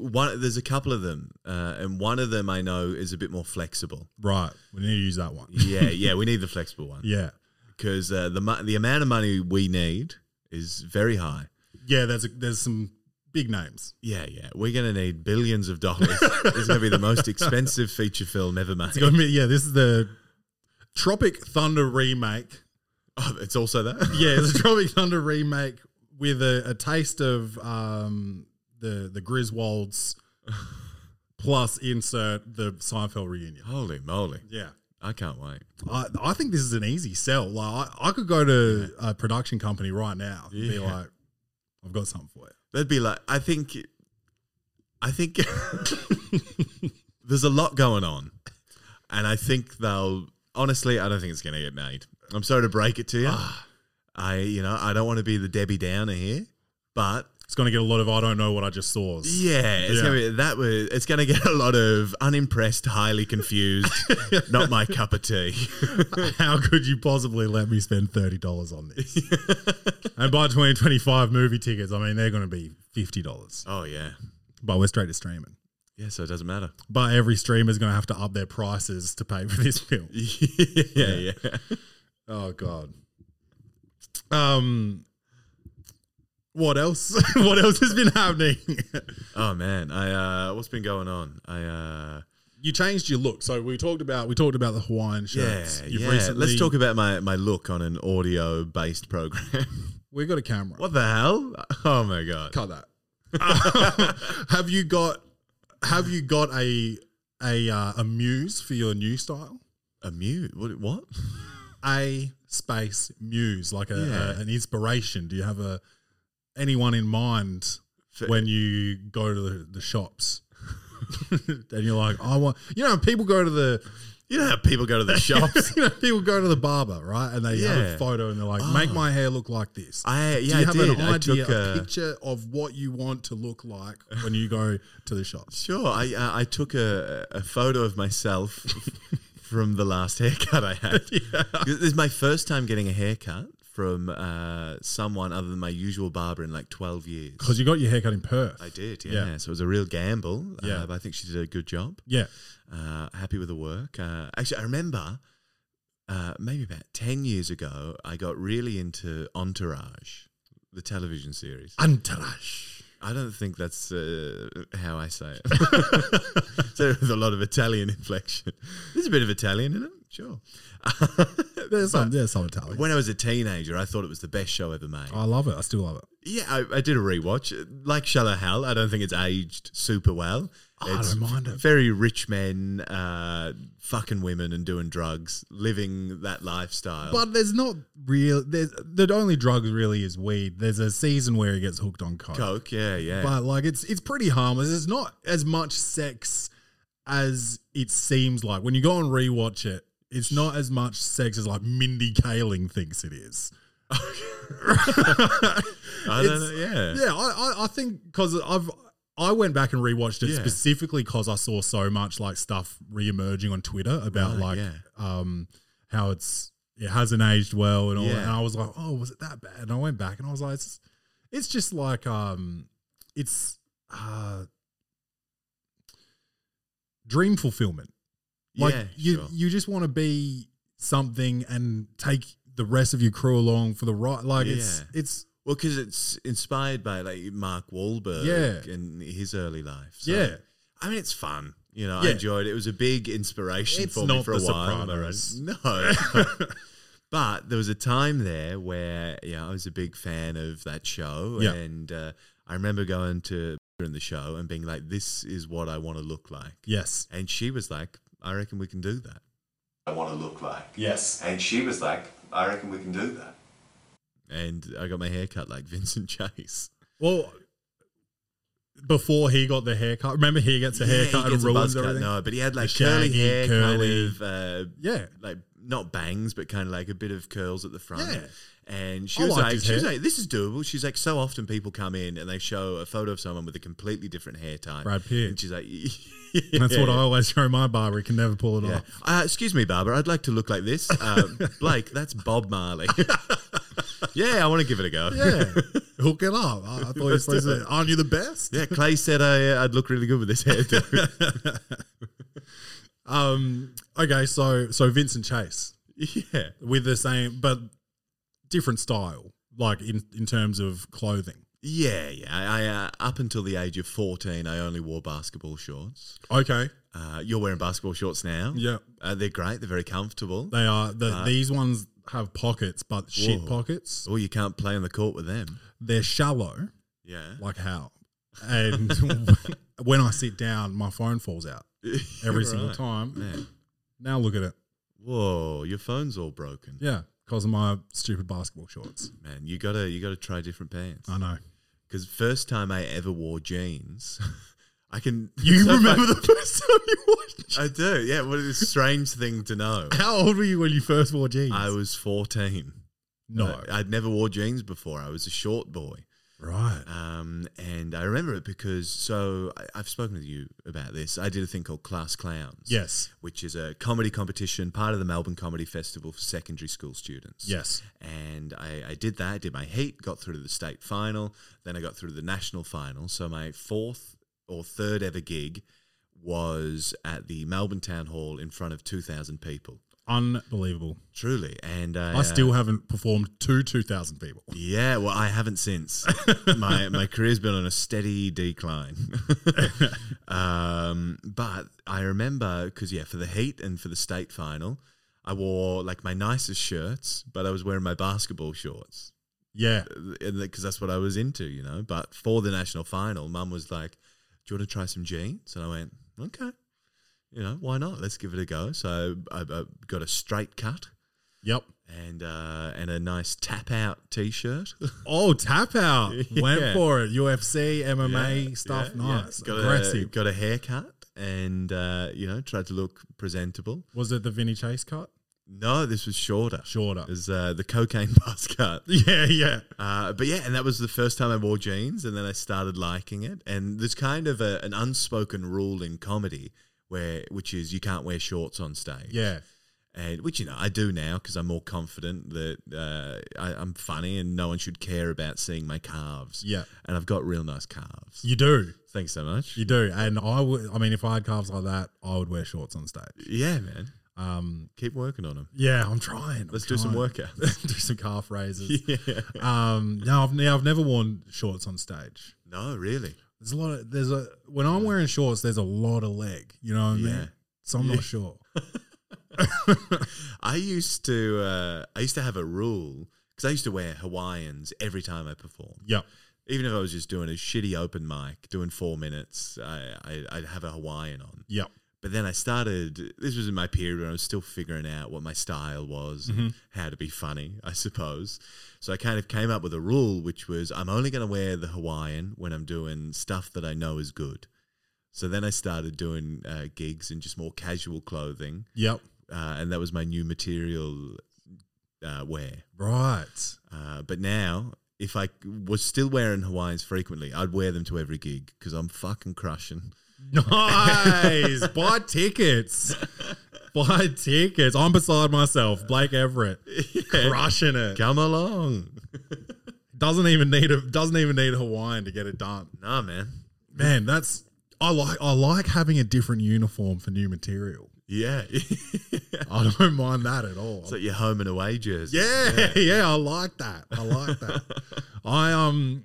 one. There's a couple of them, uh, and one of them I know is a bit more flexible.
Right, we need to use that one.
Yeah, yeah, we need the flexible one
Yeah,
because uh, the mo- the amount of money we need is very high.
yeah. There's a, there's some big names.
Yeah, yeah, we're gonna need billions of dollars. this is gonna be the most expensive feature film ever made.
It's gonna be yeah. This is the Tropic Thunder remake.
Oh, it's also that.
Yeah, it's a Tropic Thunder remake with a, a taste of um, the the Griswolds, plus insert the Seinfeld reunion.
Holy moly!
Yeah,
I can't wait.
I, I think this is an easy sell. Like I, I could go to a production company right now and be
Yeah.
like, I've got something for you.
That'd be like I think. I think there's a lot going on, and I think they'll honestly. I don't think it's going to get made. I'm sorry to break it to you. I you know I don't want to be the Debbie Downer here, but
It's gonna get a lot of I don't know what I just saw.
yeah, it's
Yeah.
gonna be, that was it's going to get a lot of unimpressed, highly confused, not my cup of tea.
How could you possibly let me spend thirty dollars on this? and by twenty twenty five movie tickets, I mean they're going to be fifty dollars.
Oh yeah,
But we're straight to streaming.
yeah. So it doesn't matter.
But every streamer's going to have to up their prices to pay for this film.
yeah, yeah.
Oh god. Um. What else? what else has been happening?
Oh man, I uh, what's been going on? I uh,
you changed your look. So we talked about we talked about the Hawaiian shirts.
Yeah,
You've
yeah. Let's talk about my, my look on an audio based program.
We got a camera.
what the hell? Oh my god!
Cut that. have you got Have you got a a uh, a muse for your new style?
A mute? What? What?
A space muse, like a,
Yeah.
a- an inspiration. Do you have a anyone in mind
For-
when you go to the, the shops? and you're like, I want. You know, people go to the
You know how people go to the shops?
you know people go to the barber, right? And they have
Yeah.
a photo, and they're like, make my hair look like this.
I
Do you
yeah, I
have
did.
an
I
idea,
took a,
a picture of what you want to look like when you go to the shops?
sure. I uh, I I took a a photo of myself from the last haircut I had. This is my first time getting a haircut from uh, someone other than my usual barber in like twelve years.
Because you got your haircut in Perth.
I did, yeah.
Yeah.
So it was a real gamble.
Yeah.
Uh, but I think she did a good job.
Yeah.
uh, happy with the work. Uh, actually, I remember uh, maybe about 10 years ago, I got really into Entourage, the television series.
Entourage.
I don't think that's uh, how I say it. so with a lot of Italian inflection. There's a bit of Italian in it, sure.
There's some, there's some Italian.
When I was a teenager, I thought it was the best show ever made.
I love it. I still love it.
Yeah, I, I did a rewatch. Like Shallow Hal, I don't think it's aged super well.
Oh, I
It's
don't mind it.
very rich men uh, fucking women and doing drugs, living that lifestyle.
But there's not real. There's, the only drug really is weed. There's a season where he gets hooked on coke.
coke, yeah, yeah,
But like it's it's pretty harmless. It's not as much sex as it seems like. When you go and rewatch it, it's not as much sex as like Mindy Kaling thinks it is.
I don't know, yeah.
Yeah, I, I, I think because I've I went back and rewatched it
Yeah.
specifically because I saw so much like stuff reemerging on Twitter about
Right,
like
yeah.
um how it's it hasn't aged well and all that.
Yeah.
And I was like, oh, was it that bad? And I went back and I was like, it's, it's just like um, it's uh, dream fulfillment. Like
Yeah,
you,
sure.
you just want to be something and take the rest of your crew along for the ride. Like it's,
Yeah.
it's
Well, because it's inspired by like Mark Wahlberg
Yeah.
and his early life. So,
Yeah.
I mean, it's fun. You know, I
Yeah.
enjoyed it. It was a big inspiration
It's
for me
not
for a
The
while.
Sopranos.
No. but there was a time there where, yeah, I was a big fan of that show.
Yeah.
And uh, I remember going to in the show and being like, this is what I want to look like.
yes,
And she was like, I reckon we can do that. I want to look like.
yes.
And she was like, I reckon we can do that. And I got my hair cut like Vincent Chase.
Well, before he got the haircut, remember he gets a haircut
he
and
gets a
ruins
buzz cut,
everything.
No, but he had like
The
curly
shaggy,
hair,
curly-
kind of uh,
Yeah,
like not bangs, but kind of like a bit of curls at the front.
Yeah.
And she
I
was
liked
like,
his
she was
hair.
like, this is doable. She's like, so often people come in and they show a photo of someone with a completely different hair type.
Brad Pitt.
And she's like,
that's what
"Yeah."
I always show my barber. He can never pull it
Yeah.
off.
Uh, excuse me, Barbara. I'd like to look like this. Uh, Blake, that's Bob Marley. yeah, I want to give it a go.
Yeah, hook it up. I, I thought you were
Let's do
supposed
it.
to. Aren't you the best?
Yeah, Clay said I, uh, I'd look really good with this hairdo.
Um. Okay. So so Vincent Chase
yeah.
with the same but different style, like in in terms of clothing.
Yeah, yeah. I, I uh, Up until the age of 14, I only wore basketball shorts.
Okay.
Uh, you're wearing basketball shorts now.
Yeah.
Uh, they're great. They're very comfortable.
They are the, these ones have pockets, but shit
Whoa.
pockets.
Oh, you can't play on the court with them.
They're shallow,
Yeah.
like how. And when I sit down, my phone falls out every single
Right.
time.
Man.
Now look at it.
Whoa, your phone's all broken.
Yeah, because of my stupid basketball shorts.
Man, you gotta you gotta try different pants.
I know.
Because first time I ever wore jeans, I can.
You
So
remember
fu-
the first time you watched?
I do. Yeah. What a strange thing to know.
How old were you when you first wore jeans?
I was 14.
no.
I, would never wore jeans before. I was a short boy.
right.
Um, and I remember it because, so I, I've spoken with you about this. I did a thing called Class Clowns.
Yes.
Which is a comedy competition, part of the Melbourne Comedy Festival for secondary school students.
Yes.
And I, I did that, I did my heat, got through to the state final, then I got through to the national final. So my fourth or third ever gig was at the Melbourne Town Hall in front of 2,000 people.
Unbelievable.
Truly. And I,
I
uh,
still haven't performed to 2,000 people.
Yeah, well, I haven't since. my my career's been on a steady decline. um, but I remember because yeah, for the heat and for the state final, I wore like my nicest shirts, but I was wearing my basketball shorts uh,
Yeah.
because that's what I was into, you know. But for the national final, Mum was like, "Do you want to try some jeans?" And I went, "Okay." You know, why not? Let's give it a go. So I, I got a straight cut
Yep.
and uh, and a nice tap out t shirt.
Oh, tap out.
Yeah.
Went for it. UFC, MMA
Yeah,
stuff.
yeah, yeah.
nice.
Got a,
Aggressive.
got a haircut and, uh, you know, tried to look presentable.
Was it the Vinny Chase cut?
No, this was shorter.
Shorter.
It was uh, the cocaine buzz cut.
Yeah, yeah.
Uh, but yeah, and that was the first time I wore jeans, and then I started liking it. And there's kind of a, an unspoken rule in comedy where, which is you can't wear shorts on stage.
Yeah.
and which you know I do now because I'm more confident that uh, I, I'm funny, and no one should care about seeing my calves.
Yeah.
and I've got real nice calves.
You do.
Thanks so much.
You do. And I would, I mean, if I had calves like that, I would wear shorts on stage.
Yeah, man.
Um,
Keep working on them.
yeah, I'm trying. I'm
Let's do some
trying.
workouts.
do some calf raises.
yeah.
Um, no, I've, no, I've never worn shorts on stage.
No, really.
There's a lot of, there's a, when I'm wearing shorts, there's a lot of leg. You know what I mean?
Yeah.
So I'm
Yeah.
not sure.
I used to. Uh, I used to have a rule because I used to wear Hawaiians every time I performed.
Yep.
Even if I was just doing a shitty open mic, doing four minutes, I, I, I'd have a Hawaiian on.
Yep.
But then I started. This was in my period when I was still figuring out what my style was and how to be funny, I suppose. So I kind of came up with a rule, which was I'm only going to wear the Hawaiian when I'm doing stuff that I know is good. So then I started doing uh, gigs in just more casual clothing,
Yep.
uh, and that was my new material uh, wear.
Right.
Uh, but now, if I was still wearing Hawaiians frequently, I'd wear them to every gig because I'm fucking crushing.
Nice. Buy tickets. Buy tickets. I'm beside myself. Blake Everett. Crushing it.
Come along.
Doesn't even need a doesn't even need a Hawaiian to get it done.
Nah, man.
Man, that's I like I like having a different uniform for new material.
Yeah.
I don't mind that at all.
so your home and away jersey.
yeah, yeah, I like that. I like that. I um,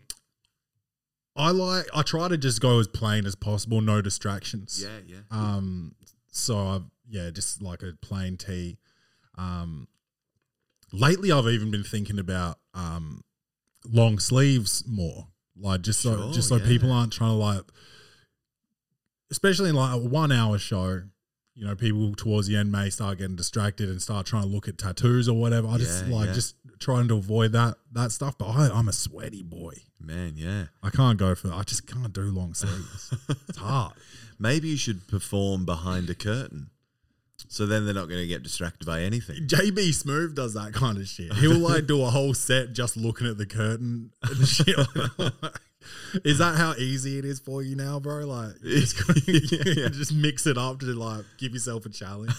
I like. I try to just go as plain as possible, no distractions.
Yeah, yeah.
Um, so I've yeah, just like a plain tea. Um, lately I've even been thinking about um, long sleeves more, like just so
Sure,
just so
yeah.
people aren't trying to like, especially in like a one hour show. You know, people towards the end may start getting distracted and start trying to look at tattoos or whatever. I just
Yeah,
like
yeah.
just trying to avoid that that stuff. But I, I'm a sweaty boy.
Man, yeah.
I can't go for. I just can't do long sleeves. it's hard.
Maybe you should perform behind a curtain. So then they're not going to get distracted by anything.
JB Smoove does that kind of shit. He'll like do a whole set just looking at the curtain and shit. is that how easy it is for you now, bro? Like, you just, gotta- you just mix it up to like give yourself a challenge.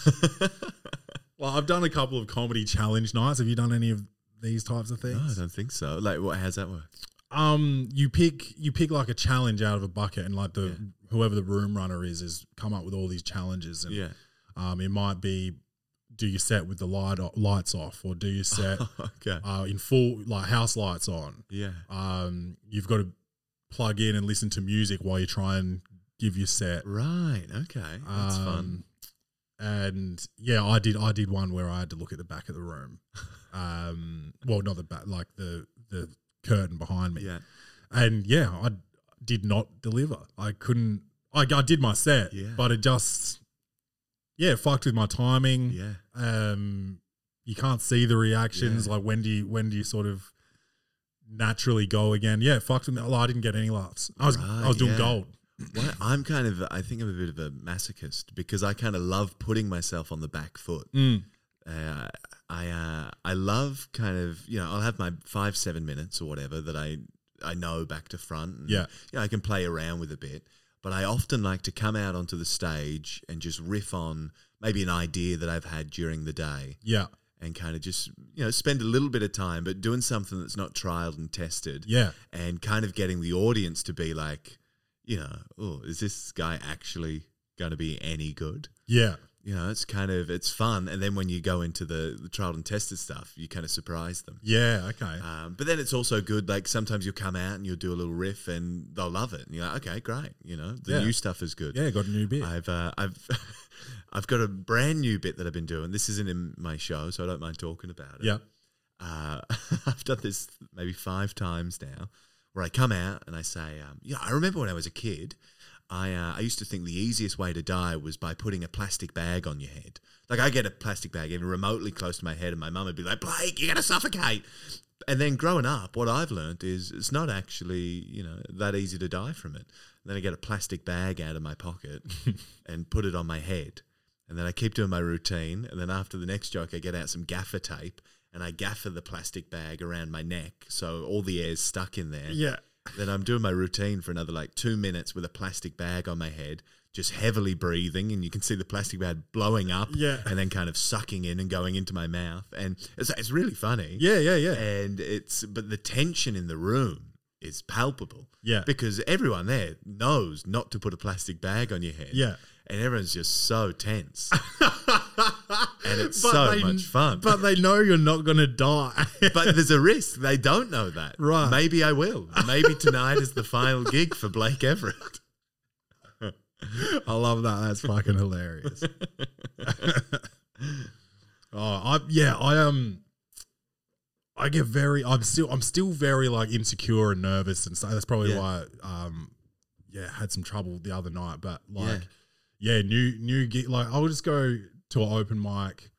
well, I've done a couple of comedy challenge nights. Have you done any of these types of
No, I
things?
don't think so. Like, what? How's that work?
um, you pick you pick like a challenge out of a bucket, and like the whoever the room runner is is come up with all these challenges, and
Yeah.
um, it might be do your set with the light o- lights off, or do your set
okay.
uh, in full like house lights on.
Yeah.
Um, you've got to plug in and listen to music while you try and give your set.
Right. Okay. That's
Um,
fun.
And yeah, I did. I did one where I had to look at the back of the room. Um, well, not the back, like the the curtain behind me.
Yeah.
And yeah, I did not deliver. I couldn't. I, I did my set,
Yeah.
but it just yeah it fucked with my timing
Yeah.
um you can't see the reactions
Yeah.
like when do you when do you sort of naturally go again yeah fucked with me oh, i didn't get any laughs i was i
Right,
was doing
yeah.
gold
Well, I'm kind of, I think I'm a bit of a masochist because I kind of love putting myself on the back foot.
Mm.
Uh, I uh, I love kind of you know I'll have my five seven minutes or whatever that I I know back to front. And,
Yeah.
you know, I can play around with a bit, but I often like to come out onto the stage and just riff on maybe an idea that I've had during the day
yeah
and kind of just you know spend a little bit of time, but doing something that's not trialed and tested
yeah
and kind of getting the audience to be like, you know, oh, is this guy actually going to be any good?
yeah
You know, it's kind of it's fun, and then when you go into the, the trial and tested stuff, you kind of surprise them.
yeah okay
Um, but then it's also good. Like sometimes you'll come out and you'll do a little riff, and they'll love it. And you're like, okay, great. You know, the
Yeah.
new stuff is good.
yeah got a new bit
I've uh, I've I've got a brand new bit that I've been doing. This isn't in my show, so I don't mind talking about it
yeah
uh, I've done this maybe five times now, where I come out and I say, um, "Yeah, I remember when I was a kid, I uh, I used to think the easiest way to die was by putting a plastic bag on your head. Like I get a plastic bag even remotely close to my head, and my mum would be like, "Blake, you're gonna suffocate." And then growing up, what I've learned is it's not actually you know that easy to die from it. then I get a plastic bag out of my pocket and put it on my head. And then I keep doing my routine. And then after the next joke, I get out some gaffer tape and I gaffer the plastic bag around my neck. So all the air's stuck in there.
yeah
Then I'm doing my routine for another like two minutes with a plastic bag on my head, just heavily breathing. And you can see the plastic bag blowing up
Yeah.
and then kind of sucking in and going into my mouth. And it's, it's really funny.
yeah yeah yeah
And it's, but the tension in the room is palpable.
Yeah.
Because everyone there knows not to put a plastic bag on your head.
Yeah.
And everyone's just so tense. and it's so much fun.
but they know you're not gonna die
But there's a risk. They don't know that.
Right.
Maybe I will. Maybe tonight is the final gig for Blake Everett.
I love that. That's fucking hilarious. oh, I yeah, I um I get very I'm still I'm still very like insecure and nervous and so that's probably
Yeah.
why um yeah, had some trouble the other night, but like yeah, new new gig like I'll just go to an open mic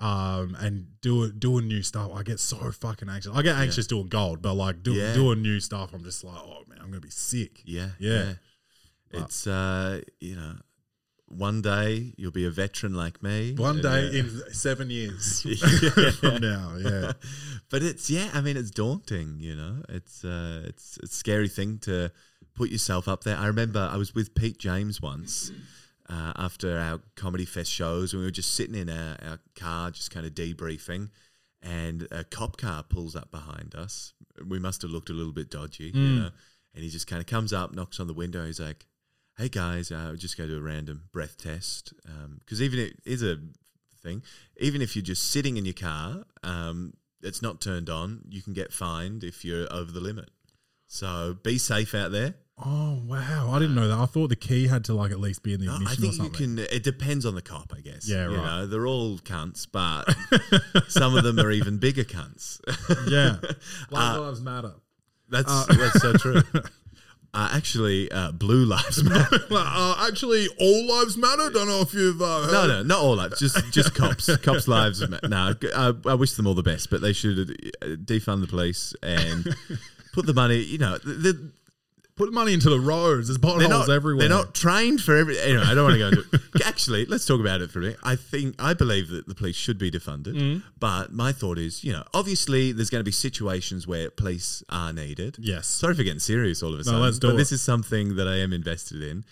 um and do it doing new stuff. I get so fucking anxious. I get anxious doing gold, but like do,
Yeah.
doing new stuff, I'm just like, oh man, I'm gonna be sick.
Yeah.
Yeah.
yeah. It's, uh, you know, one day you'll be a veteran like me.
One
And,
day
uh,
in seven years
Yeah.
from now, yeah,
but it's yeah i mean it's daunting you know it's uh it's it's a scary thing to put yourself up there i remember i was with pete james once uh, after our comedy fest shows and we were just sitting in our, our car just kind of debriefing and a cop car pulls up behind us we must have looked a little bit dodgy you know and he just kind of comes up knocks on the window he's like hey guys, uh, we're just going to do a random breath test. Because even it is a thing, even if you're just sitting in your car, um, it's not turned on, you can get fined if you're over the limit. So be safe out there.
Oh wow, I didn't know that. I thought the key had to like at least be in the
No,
ignition
I
or
think you
something.
can. It depends on the cop, I guess.
Yeah,
You
right.
know, they're all cunts, but some of them are even bigger cunts.
yeah, Black Lives Matter.
That's that's so true. Uh, actually, uh, blue lives matter.
uh, actually, all lives matter. Don't know if you've uh,
No, no, not all lives. Just just cops. cops' lives. ma- No, g- I, I wish them all the best, but they should uh, defund the police and put the money. You know, th- th-
put money into the roads. There's potholes
they're not
everywhere.
They're not trained for every. Anyway, I don't want to go into it. Actually, let's talk about it for a minute. I think I believe that the police should be defunded,
Mm.
but my thought is, you know, obviously there's going to be situations where police are needed.
Yes.
Sorry for getting serious all of a sudden.
let's do
but
it.
this is something that I am invested in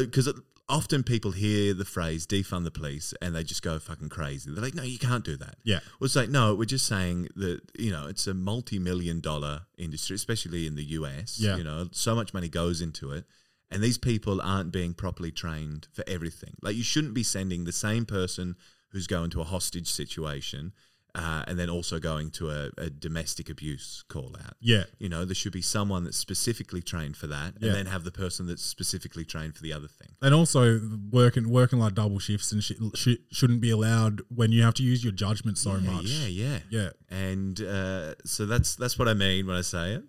because. Often people hear the phrase defund the police and they just go fucking crazy. They're like, no, you can't do that.
Yeah.
Well, it's like, no, we're just saying that, you know, it's a multi million dollar industry, especially in the US.
Yeah.
You know, so much money goes into it. And these people aren't being properly trained for everything. Like, you shouldn't be sending the same person who's going to a hostage situation uh, and then also going to a, a domestic abuse call out.
Yeah.
You know, there should be someone that's specifically trained for that
Yeah.
and then have the person that's specifically trained for the other thing.
and also working working like double shifts and shit sh- shouldn't be allowed when you have to use your judgment so
Yeah,
much.
Yeah, yeah,
Yeah.
And uh, so that's that's what I mean when I say it.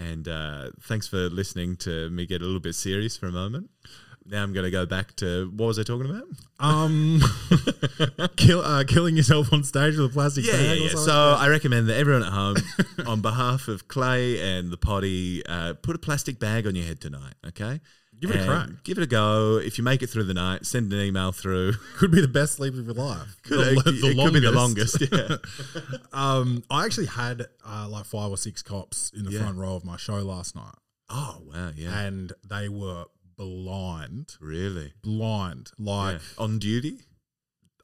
And uh, thanks for listening to me get a little bit serious for a moment. Now I'm going to go back to what was I talking about?
Um, kill, uh, killing yourself on stage with a plastic
Yeah, yeah,
bag. or
yeah.
something.
So I recommend that everyone at home, on behalf of Clay and the potty, uh, put a plastic bag on your head tonight. Okay.
Give it a
And
crack.
Give it a go. If you make it through the night, send an email through.
could be the best sleep of your life.
Could- it could be the longest. Yeah.
Um, I actually had uh, like five or six cops in the
Yeah.
front row of my show last night,
oh wow! Yeah.
and they were blind,
really.
blind. Like,
Yeah. On duty.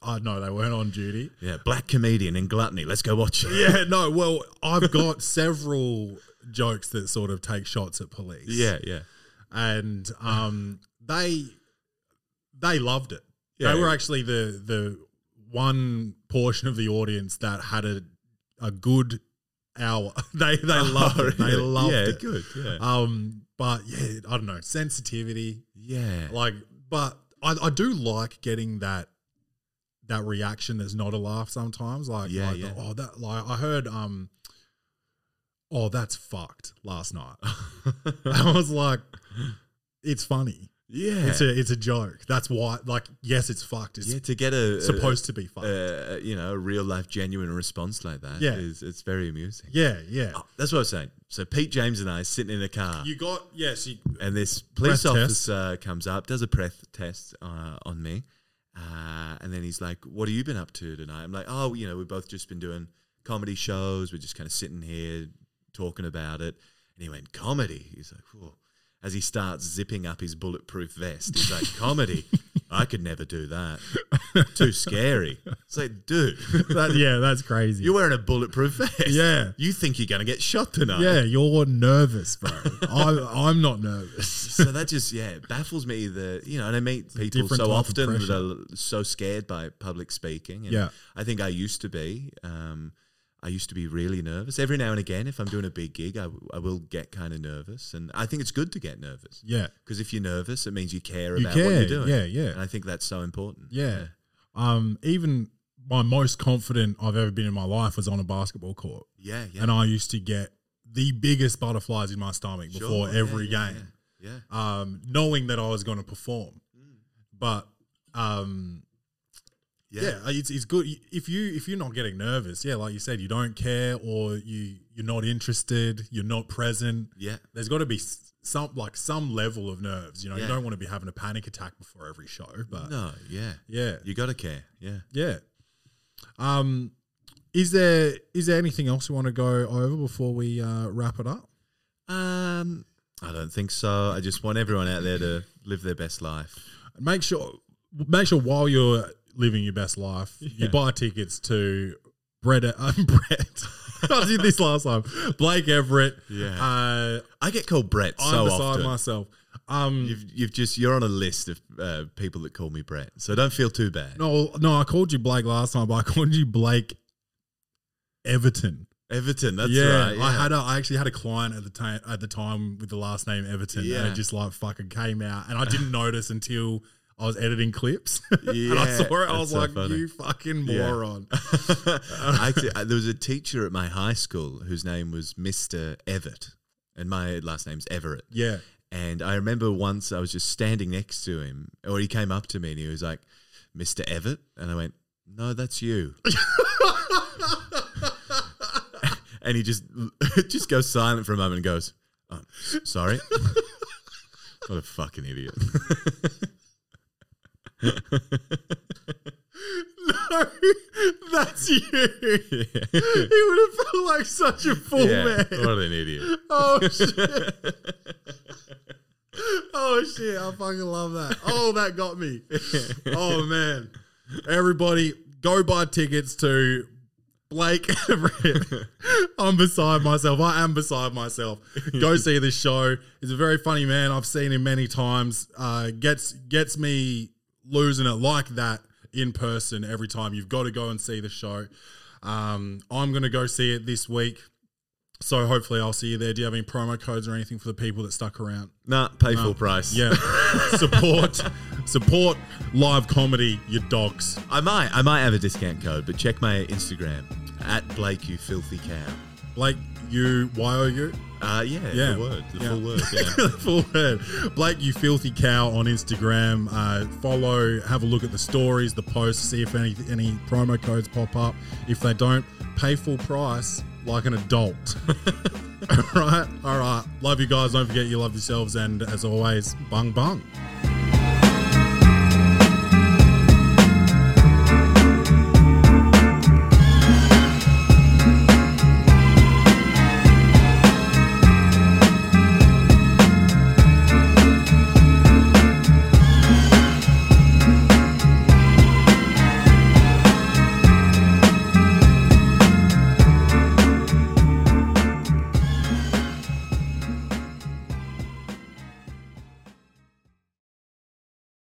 I know they weren't on duty.
Yeah, black comedian in gluttony. Let's go watch it.
Yeah, no. Well, I've got several jokes that sort of take shots at police.
Yeah, yeah.
and um, they they loved it.
Yeah.
They were actually the the one portion of the audience that had a a good hour. they they loved it. They loved
yeah,
it.
good. Yeah.
Um, but yeah, I don't know sensitivity.
yeah.
Like, but I, I do like getting that that reaction that's not a laugh sometimes. Like,
Yeah,
like,
yeah.
oh that like I heard um oh that's fucked last night. I was like, it's funny.
yeah.
It's a it's a joke. That's why like yes it's fucked. It's
yeah, to get a
supposed to be fucked.
a, a, you know, a real life genuine response like that
Yeah.
is it's very amusing.
yeah, yeah.
Oh, that's what I was saying. So Pete James and I sitting in a car.
You got yes, you
and this police
Breath test.
officer comes up, does a breath test uh, on me, uh, and then he's like, "What have you been up to tonight?" I'm like, "Oh, you know, we've both just been doing comedy shows. We're just kind of sitting here talking about it." And he went, "Comedy." He's like, "Whoa." As he starts zipping up his bulletproof vest, he's like, "Comedy." I could never do that. Too scary. It's like, dude,
that, yeah, that's crazy.
you're wearing a bulletproof vest.
Yeah.
You think you're going to get shot tonight.
yeah, you're nervous, bro. I, I'm not nervous.
so that just yeah baffles me that you know and i meet people
different
so
type of
often that
pressure.
are l- so scared by public speaking and
Yeah.
i think i used to be um i used to be really nervous every now and again if i'm doing a big gig i, w- I will get kind of nervous and i think it's good to get nervous
Yeah.
because if you're nervous it means you care
You
about what you're
care,
doing Uh,
yeah, yeah.
and i think that's so important
Yeah. Um, even my most confident I've ever been in my life was on a basketball court.
yeah yeah
And I used to get the biggest butterflies in my stomach
Sure,
before
yeah,
every
yeah,
game,
yeah, yeah. Mm.
um, knowing that I was going to perform. But um,
yeah
yeah. uh, it's, it's good if you if you're not getting nervous. Yeah, like you said, you don't care or you you're not interested, you're not present.
yeah
There's got to be s- some like some level of nerves. You know, you
Yeah.
don't want to be having a panic attack before every show. But
no yeah
yeah,
you gotta care yeah
Yeah. Um, is there is there anything else you want to go over before we uh, wrap it up?
um i don't think so i just want everyone out there to live their best life
Make sure make sure while you're living your best life, you buy tickets to Brett. Uh, Brett. I did this last time. Blake Everett.
Yeah.
Uh,
I get called Brett
I'm
so
beside
often.
myself. Um,
You've, you've just you're on a list of uh, people that call me Brett, so don't feel too bad.
no, no, I called you Blake last time, but I called you Blake Everton.
Everton, that's right.
I had a, I actually had a client at the time at the time with the last name Everton, and
Yeah.
it just like fucking came out, and I didn't notice until I was editing clips, and I
Yeah,
saw it. I
that's
was
so
like,
funny.
"You fucking
Yeah.
moron!"
I actually, I- there was a teacher at my high school whose name was Mr. Evett, and my last name's Everett.
Yeah,
And I remember once I was just standing next to him, or he came up to me and he was like, Mr. Evett? And I went, No, that's you. and he just just goes silent for a moment and goes, oh, s- Sorry. what a fucking idiot.
no, that's you.
yeah.
he would have felt like such a fool, Oh, man.
What an idiot.
Oh shit! oh shit! I fucking love that. Oh, that got me. Oh man, everybody, go buy tickets to Blake. I'm beside myself. I am beside myself. Go see this show. He's a very funny man. I've seen him many times. Uh, gets gets me losing it like that in person every time. You've got to go and see the show. Um, I'm gonna go see it this week. So hopefully I'll see you there. Do you have any promo codes or anything for the people that stuck around?
Nah, pay full price.
Yeah. support support live comedy, you dogs.
I might, I might have a discount code, but check my Instagram at Blake you filthy cow.
Blake U Y O U.
Uh, yeah,
Yeah.
the word, the
Yeah.
full word. Yeah.
Full word. Blake, you filthy cow on Instagram. Uh, follow, have a look at the stories, the posts, see if any any promo codes pop up. If they don't, pay full price like an adult. all right, all right. Love you guys. Don't forget you love yourselves, and as always, bung bung.